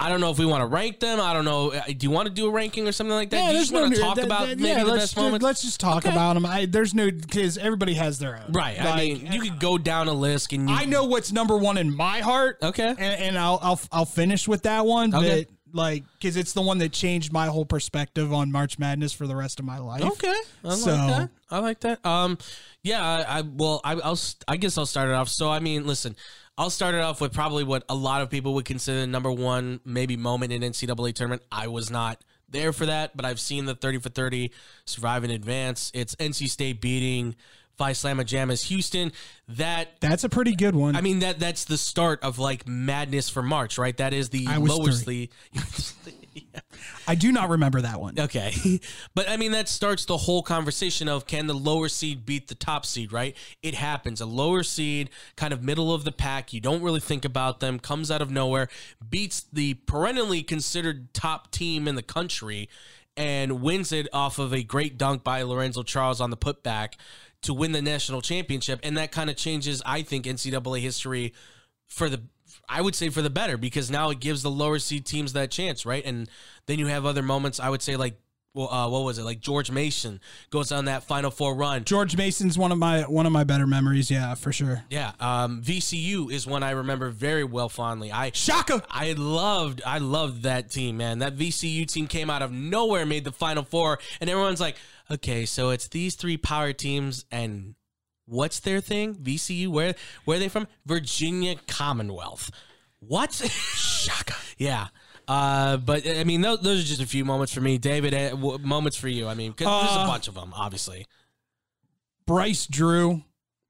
I don't know if we want to rank them. I don't know. Uh, Do you want to do a ranking or something like that? do you just want to talk
that-
about
that-
maybe
yeah,
the
let's
best
ju-
moments?
Let's just talk about them. I, there's no because everybody has their own.
right. I
Like,
mean, you could go down a list and you,
I know what's number one in my heart.
Okay.
and, and I'll, I'll I'll finish with that one.
Okay.
But like, because it's the one that changed my whole perspective on March Madness for the rest of my life.
Okay, I
So-
like that. I like that. Um, yeah. I, I well, I, I'll. st- I guess I'll start it off. So I mean, listen, I'll start it off with probably what a lot of people would consider the number one maybe moment in NCAA tournament. I was not there for that, but I've seen the thirty for thirty survive in advance. It's NC State beating Five Slamma Jammas Houston. That
That's a pretty good one.
I mean that that's the start of like madness for March, right? That is the
I was
lowest the
I do not remember that one.
Okay. But I mean, that starts the whole conversation of can the lower seed beat the top seed, right? It happens. A lower seed, kind of middle of the pack, you don't really think about them, comes out of nowhere, beats the perennially considered top team in the country, and wins it off of a great dunk by Lorenzo Charles on the putback to win the national championship. And that kind of changes, I think, NCAA history for the I would say for the better because now it gives the lower seed teams that chance, right? And then you have other moments. I would say like, well, uh, what was it? Like George Mason goes on that Final Four run.
George Mason's one of my one of my better memories. Yeah, for sure.
Yeah, um, VCU is one I remember very well fondly. I
Shaka.
I loved I loved that team, man. That VCU team came out of nowhere, made the Final Four, and everyone's like, okay, so it's these three power teams and. What's their thing? VCU? Where where are they from? Virginia Commonwealth. What? Shaka. Yeah. Uh, but I mean, those, those are just a few moments for me, David. eh, w- moments for you. I mean, 'cause there's
Uh,
a bunch of them, obviously.
Bryce Drew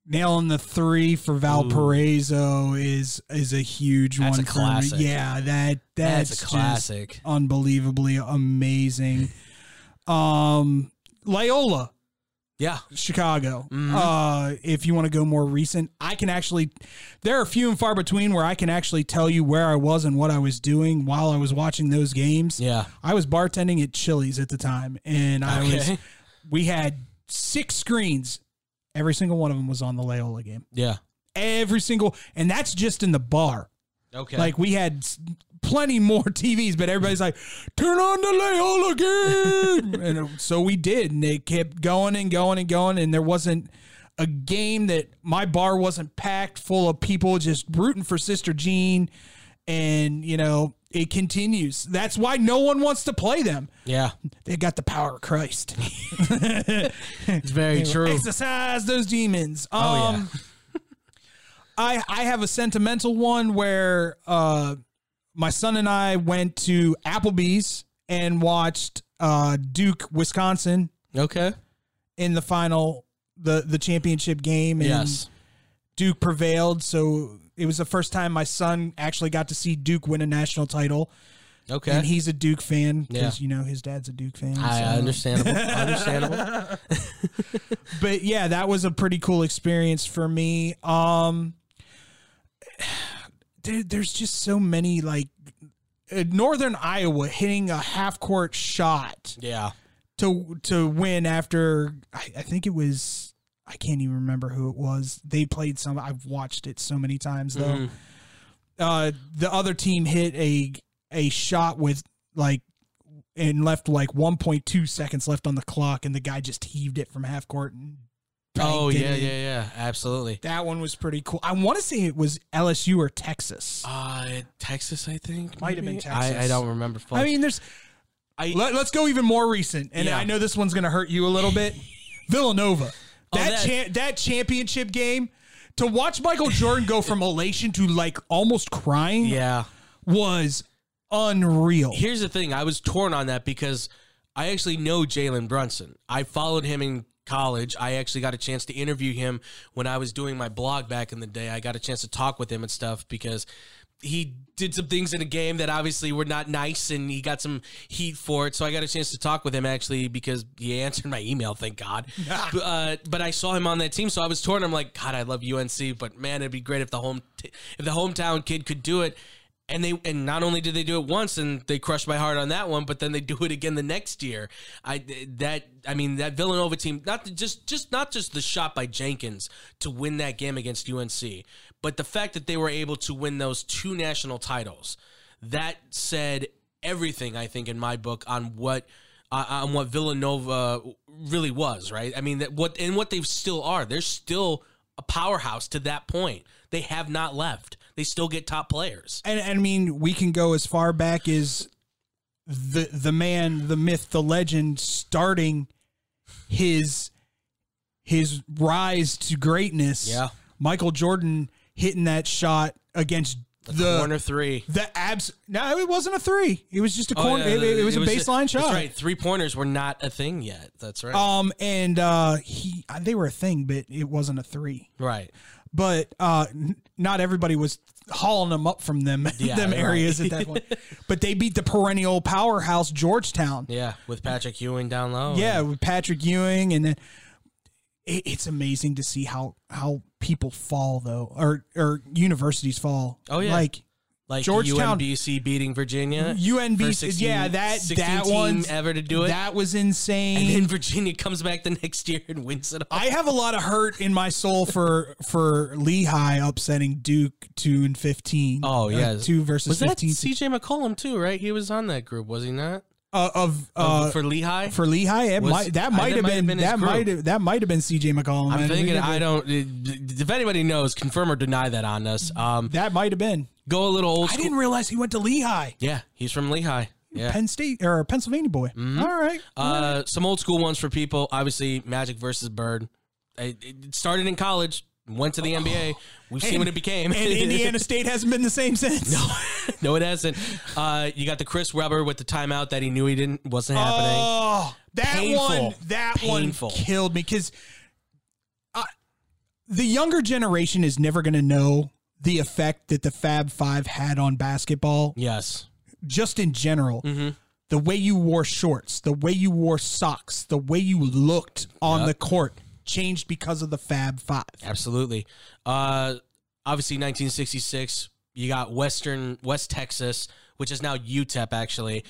nailing the three for Valparaiso is is a huge
That's
one.
a
for me.
classic.
Yeah, that that's,
That's a
just
classic.
unbelievably amazing. um, Loyola,
Yeah,
Chicago.
Mm-hmm.
Uh, if you want to go more recent, I can actually. There are few and far between where I can actually tell you where I was and what I was doing while I was watching those games.
Yeah.
I was bartending at Chili's at the time, and I was.
Okay.
We had six screens. Every single one of them was on the Layola game.
yeah.
Every single, and that's just in the bar.
Okay.
Like we had s- plenty more TVs, but everybody's like, turn on the Layola game. and uh, so we did. And they kept going and going and going. And there wasn't a game that my bar wasn't packed full of people just rooting for Sister Jean. And, you know, it continues. That's why no one wants to play them.
yeah,
They got the power of Christ.
it's very true. Oh,
Exercise those demons. Um, I I have a sentimental one where uh, my son and I went to Applebee's and watched uh, Duke Wisconsin
Okay.
in the final the the championship game. And
Yes.
Duke prevailed, so it was the first time my son actually got to see Duke win a national title.
Okay.
And he's a Duke fan because
Yeah.
you know his dad's a Duke fan.
I
so-
understandable. understandable.
but yeah, that was a pretty cool experience for me. Um, there, there's just so many like uh, Northern Iowa hitting a half court shot
Yeah.
to to win after I, I think it was I can't even remember who it was. They played some. I've watched it so many times though. Uh, the other team hit a a shot with like and left like 1.2 seconds left on the clock, and the guy just heaved it from half court and.
Oh
banked it
yeah, yeah,
in.
yeah. Absolutely.
That one was pretty cool. I want to say it was LSU or Texas.
Uh, Texas, I think.
Might have been
maybe?
Texas.
I, I don't remember.
I mean, there's.
I-
let, us go even more recent, and
Yeah.
I know this one's going to hurt you a little bit. Villanova, that
that-
cha- that championship game, to watch Michael Jordan go from elation to like almost crying,
yeah.
was unreal.
Here's the thing. I was torn on that because I actually know Jalen Brunson. I followed him in college. I actually got a chance to interview him when I was doing my blog back in the day. I got a chance to talk with him and stuff because he did some things in a game that obviously were not nice and he got some heat for it. So I got a chance to talk with him actually because he answered my email, thank God. but, uh, but I saw him on that team, so I was torn. I'm like, God, I love UNC, but man, it'd be great if the home t- if the hometown kid could do it and they and not only did they do it once and they crushed my heart on that one, but then they do it again the next year. I that I mean that Villanova team, not the- just just not just the shot by Jenkins to win that game against UNC, but the fact that they were able to win those two national titles. That said everything I think in my book on what uh, on what Villanova really was, right? I mean that what and what they still are. They're still a powerhouse to that point. They have not left. They still get top players.
and, and I mean, we can go as far back as the the man, the myth, the legend, starting his his rise to greatness.
Yeah.
Michael Jordan hitting that shot against
the
corner three.
the abs. No, it wasn't a three. It was
Oh,
just a corner. it, it- it was a baseline shot.
That's right. Three pointers were not a thing yet. That's right.
Um, and uh, he uh, they were a thing, but it wasn't a three.
right.
But uh, n- not everybody was hauling them up from them
Yeah,
them
right.
areas at that point. But they beat the perennial powerhouse Georgetown.
Yeah, with Patrick Ewing down low.
Yeah, with Patrick Ewing, and then it, it's amazing to see how how people fall though, or or universities fall.
Oh, yeah.
like
like
Georgetown-
UNBC beating Virginia.
UNB.
for 16
yeah, that
16
that
team
one
ever to do it.
That was
and
insane.
then Virginia comes back the next year and wins it all.
I have a lot of hurt in my soul for for Lehigh upsetting Duke two and fifteen.
Oh,
Uh,
yeah.
two versus
Was that
fifteen
CJ McCollum too? Right, he was on that group, was he not?
uh, of
Uh,
uh,
for
for,
Lehigh.
Lehigh. It
Was-
might,
I-
that might
that
have
might have
been,
been his
that
group.
might have that might have been CJ McCollum.
I'm
I
thinking
think
I don't. If anybody knows, confirm or deny that on us. Um,
that might have been.
go a little old
I
school.
didn't realize he went to Lehigh.
yeah, he's from Lehigh. Yeah. Mm-hmm.
Penn State or Pennsylvania boy. All right.
Uh, some old school ones for people. Obviously, Magic versus Bird. It, it started in college, went to the NBA. We've seen
Oh. And-
what it became.
and Indiana State hasn't been the same since. No.
no, it hasn't. Uh, you got the Chris Webber with the timeout that he knew he didn't wasn't happening.
Oh, that
Painful.
one, that
Painful.
one killed me because the younger generation is never going to know the effect that the Fab Five had on basketball,
yes.
just in general.
Mm-hmm.
The way you wore shorts, the way you wore socks, the way you looked on the court changed because of the Fab Five.
Absolutely. Uh, obviously, 1966. You got Western West Texas, which is now UTEP, actually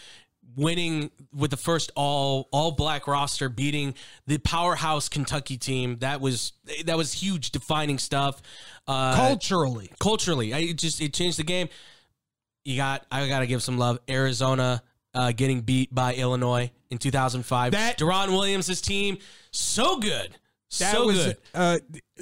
winning with the first all all black roster, beating the powerhouse Kentucky team. That was that was huge, defining stuff. Uh,
Culturally,
culturally, I it just it changed the game. You got I got to give some love Arizona uh, getting beat by Illinois in 2005.
That-
Deron Williams' team so good,
that
so
was.
good.
Uh,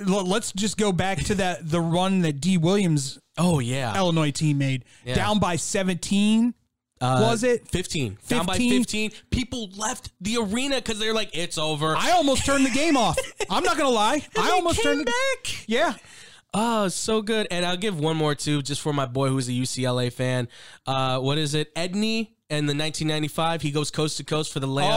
l- let's just go back to that the run that D. Williams
Oh yeah,
Illinois team made
Yeah.
down by seventeen. was it?
15. Down by
15.
15. People left the arena because they're like, it's over.
I almost turned the game off. I'm not gonna lie. I almost
came
turned the
back.
Yeah,
Oh, so good. And I'll give one more too, just for my boy who's a UCLA fan. Uh, what is it? Edney and the 1995. He goes coast to coast for the layup to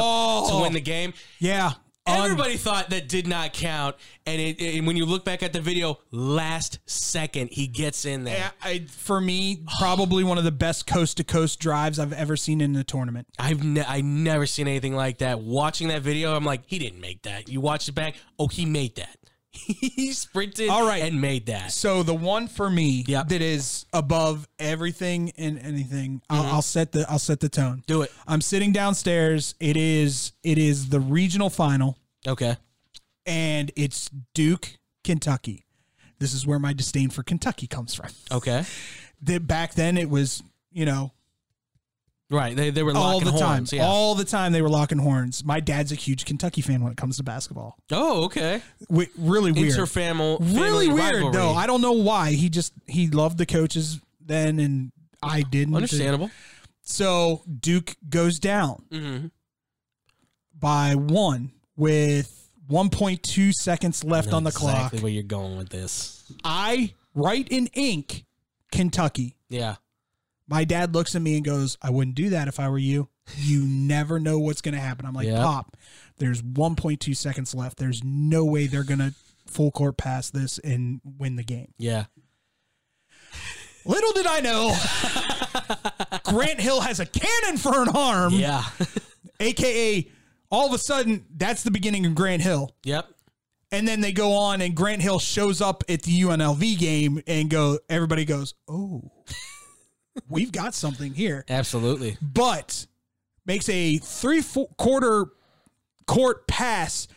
Oh.
win the game.
yeah.
Everybody thought that did not count. And, it, and when you look back at the video, last second, he gets in there.
Yeah, I, for me, probably one of the best coast to coast drives I've ever seen in a tournament.
I've ne- I never seen anything like that. Watching that video, I'm like, he didn't make that. You watch it back, oh, he made that. he sprinted
All right.
and made that.
So the one for me
Yep.
that is above everything and anything,
Mm-hmm.
I'll, I'll set the I'll set the tone.
Do it.
I'm sitting downstairs. It is it is the regional final.
Okay.
and it's Duke, Kentucky. This is where my disdain for Kentucky comes from.
Okay.
That back then it was, you know,
Right. They, they were locking
all the time.
horns. Yeah.
All the time they were locking horns. My dad's a huge Kentucky fan when it comes to basketball.
oh, okay.
Wi- really weird.
Interfamil. family
really weird
rivalry.
though. I don't know why. He just he loved the coaches then and I didn't.
Understandable.
So Duke goes down
Mm-hmm.
by one with 1.2 seconds left
Know
on the clock.
Exactly where you're going with this.
I write in ink Kentucky.
Yeah.
My dad looks at me and goes, I wouldn't do that if I were you. You never know what's going to happen. I'm like,
Yep.
Pop, there's 1.2 seconds left. There's no way they're going to full court pass this and win the game.
Yeah.
Little did I know, Grant Hill has a cannon for an arm,
Yeah.
AKA, all of a sudden, that's the beginning of Grant Hill.
yep.
And then they go on, and Grant Hill shows up at the UNLV game and go. Everybody goes, "Oh, we've got something here."
Absolutely.
But makes a three four, quarter court pass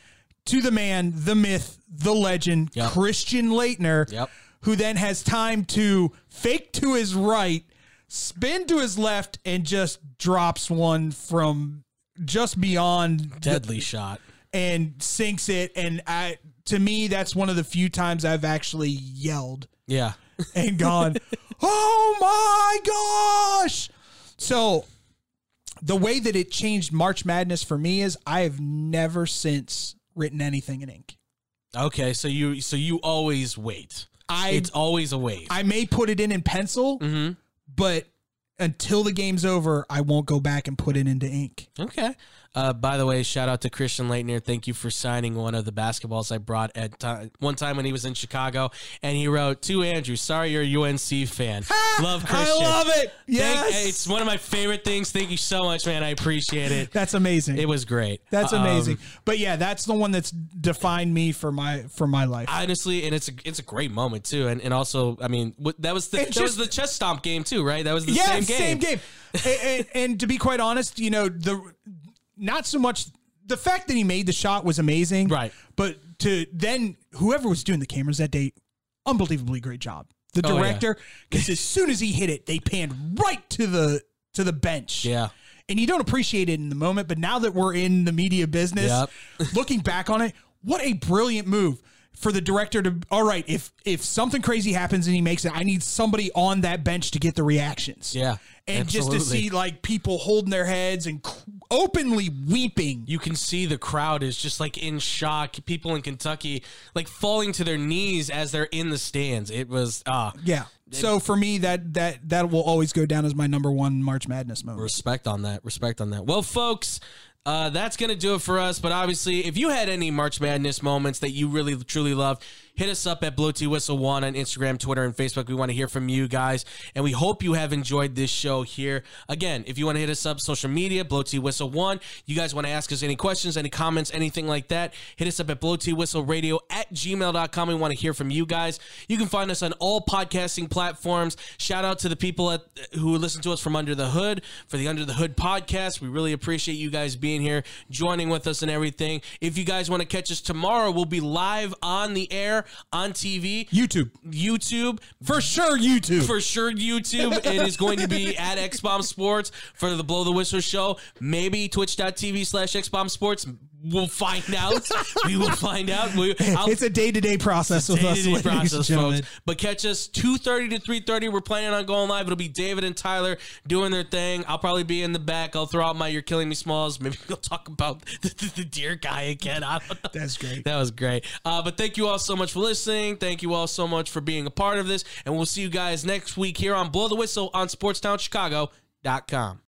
to the man, the myth, the legend,
Yep.
Christian Leitner,
Yep.
who then has time to fake to his right, spin to his left, and just drops one from just beyond the-
Deadly shot.
and sinks it and i to me that's one of the few times i've actually yelled
Yeah.
and gone oh my gosh so the way that it changed march madness for me is i have never since written anything in ink
Okay. So you so you always wait.
I
It's always a wave.
I may put it in in pencil,
Mm-hmm.
but until the game's over, I won't go back and put it into ink.
Okay. Uh, by the way, shout out to Christian Leitner. Thank you for signing one of the basketballs I brought at ti- one time when he was in Chicago. And he wrote to Andrew, "Sorry, you're a UNC fan. love
I
Christian.
love it.
Thank-
Yes,
it's one of my favorite things. Thank you so much, man. I appreciate it.
that's amazing.
It was great.
that's
Um,
amazing. But yeah, that's the one that's defined me for my for my life.
Honestly, and it's a, it's a great moment too, and and also, I mean, what, that was the
It
that was
just-
the chest stomp game too, right? That was the
yeah,
same game.
and, and, and to be quite honest, you know, the not so much the fact that he made the shot was amazing,
Right.
But to then whoever was doing the cameras that day, unbelievably great job. The
Oh, yeah.
director, because as soon as he hit it, they panned right to the to the bench.
Yeah.
and you don't appreciate it in the moment, but now that we're in the media business, looking back on it, what a brilliant move for the director to all right, if if something crazy happens and he makes it, I need somebody on that bench to get the reactions.
Yeah,
And just to
absolutely.
see like people holding their heads and c- openly weeping.
you can see the crowd is just like in shock. People in Kentucky like falling to their knees as they're in the stands. It was ah
Yeah. So for me that that that will always go down as my number 1 March Madness moment.
respect on that. Respect on that. Well, folks. Uh, that's gonna do it for us. But obviously, if you had any March Madness moments that you really truly loved, hit us up at Blow T Whistle One on Instagram, Twitter, and Facebook. We want to hear from you guys, and we hope you have enjoyed this show here. Again, if you want to hit us up, social media, Blow T Whistle One. You guys want to ask us any questions, any comments, anything like that? Hit us up at Blow T Whistle Radio at gmail.com. We want to hear from you guys. You can find us on all podcasting platforms. Shout out to the people at, who listen to us from Under the Hood for the Under the Hood podcast. We really appreciate you guys being here, joining with us and everything. If you guys want to catch us tomorrow, we'll be live on the air on TV,
YouTube.
YouTube.
For sure YouTube.
For sure, YouTube. It is going to be at XBomb Sports for the Blow the Whistle show. Maybe twitch.tv slash XBomb Sports. We'll find out. we will find out. We, I'll
it's a day-to-day process with us.
day-to-day
ladies and
process,
gentlemen.
folks. But catch us 2.30 to 3.30. We're planning on going live. It'll be David and Tyler doing their thing. I'll probably be in the back. I'll throw out my You're Killing Me Smalls. Maybe we'll talk about the, the, the deer guy again. I don't know.
That's great.
That was great. Uh, but thank you all so much for listening. Thank you all so much for being a part of this. And we'll see you guys next week here on Blow the Whistle on SportsTownChicago.com.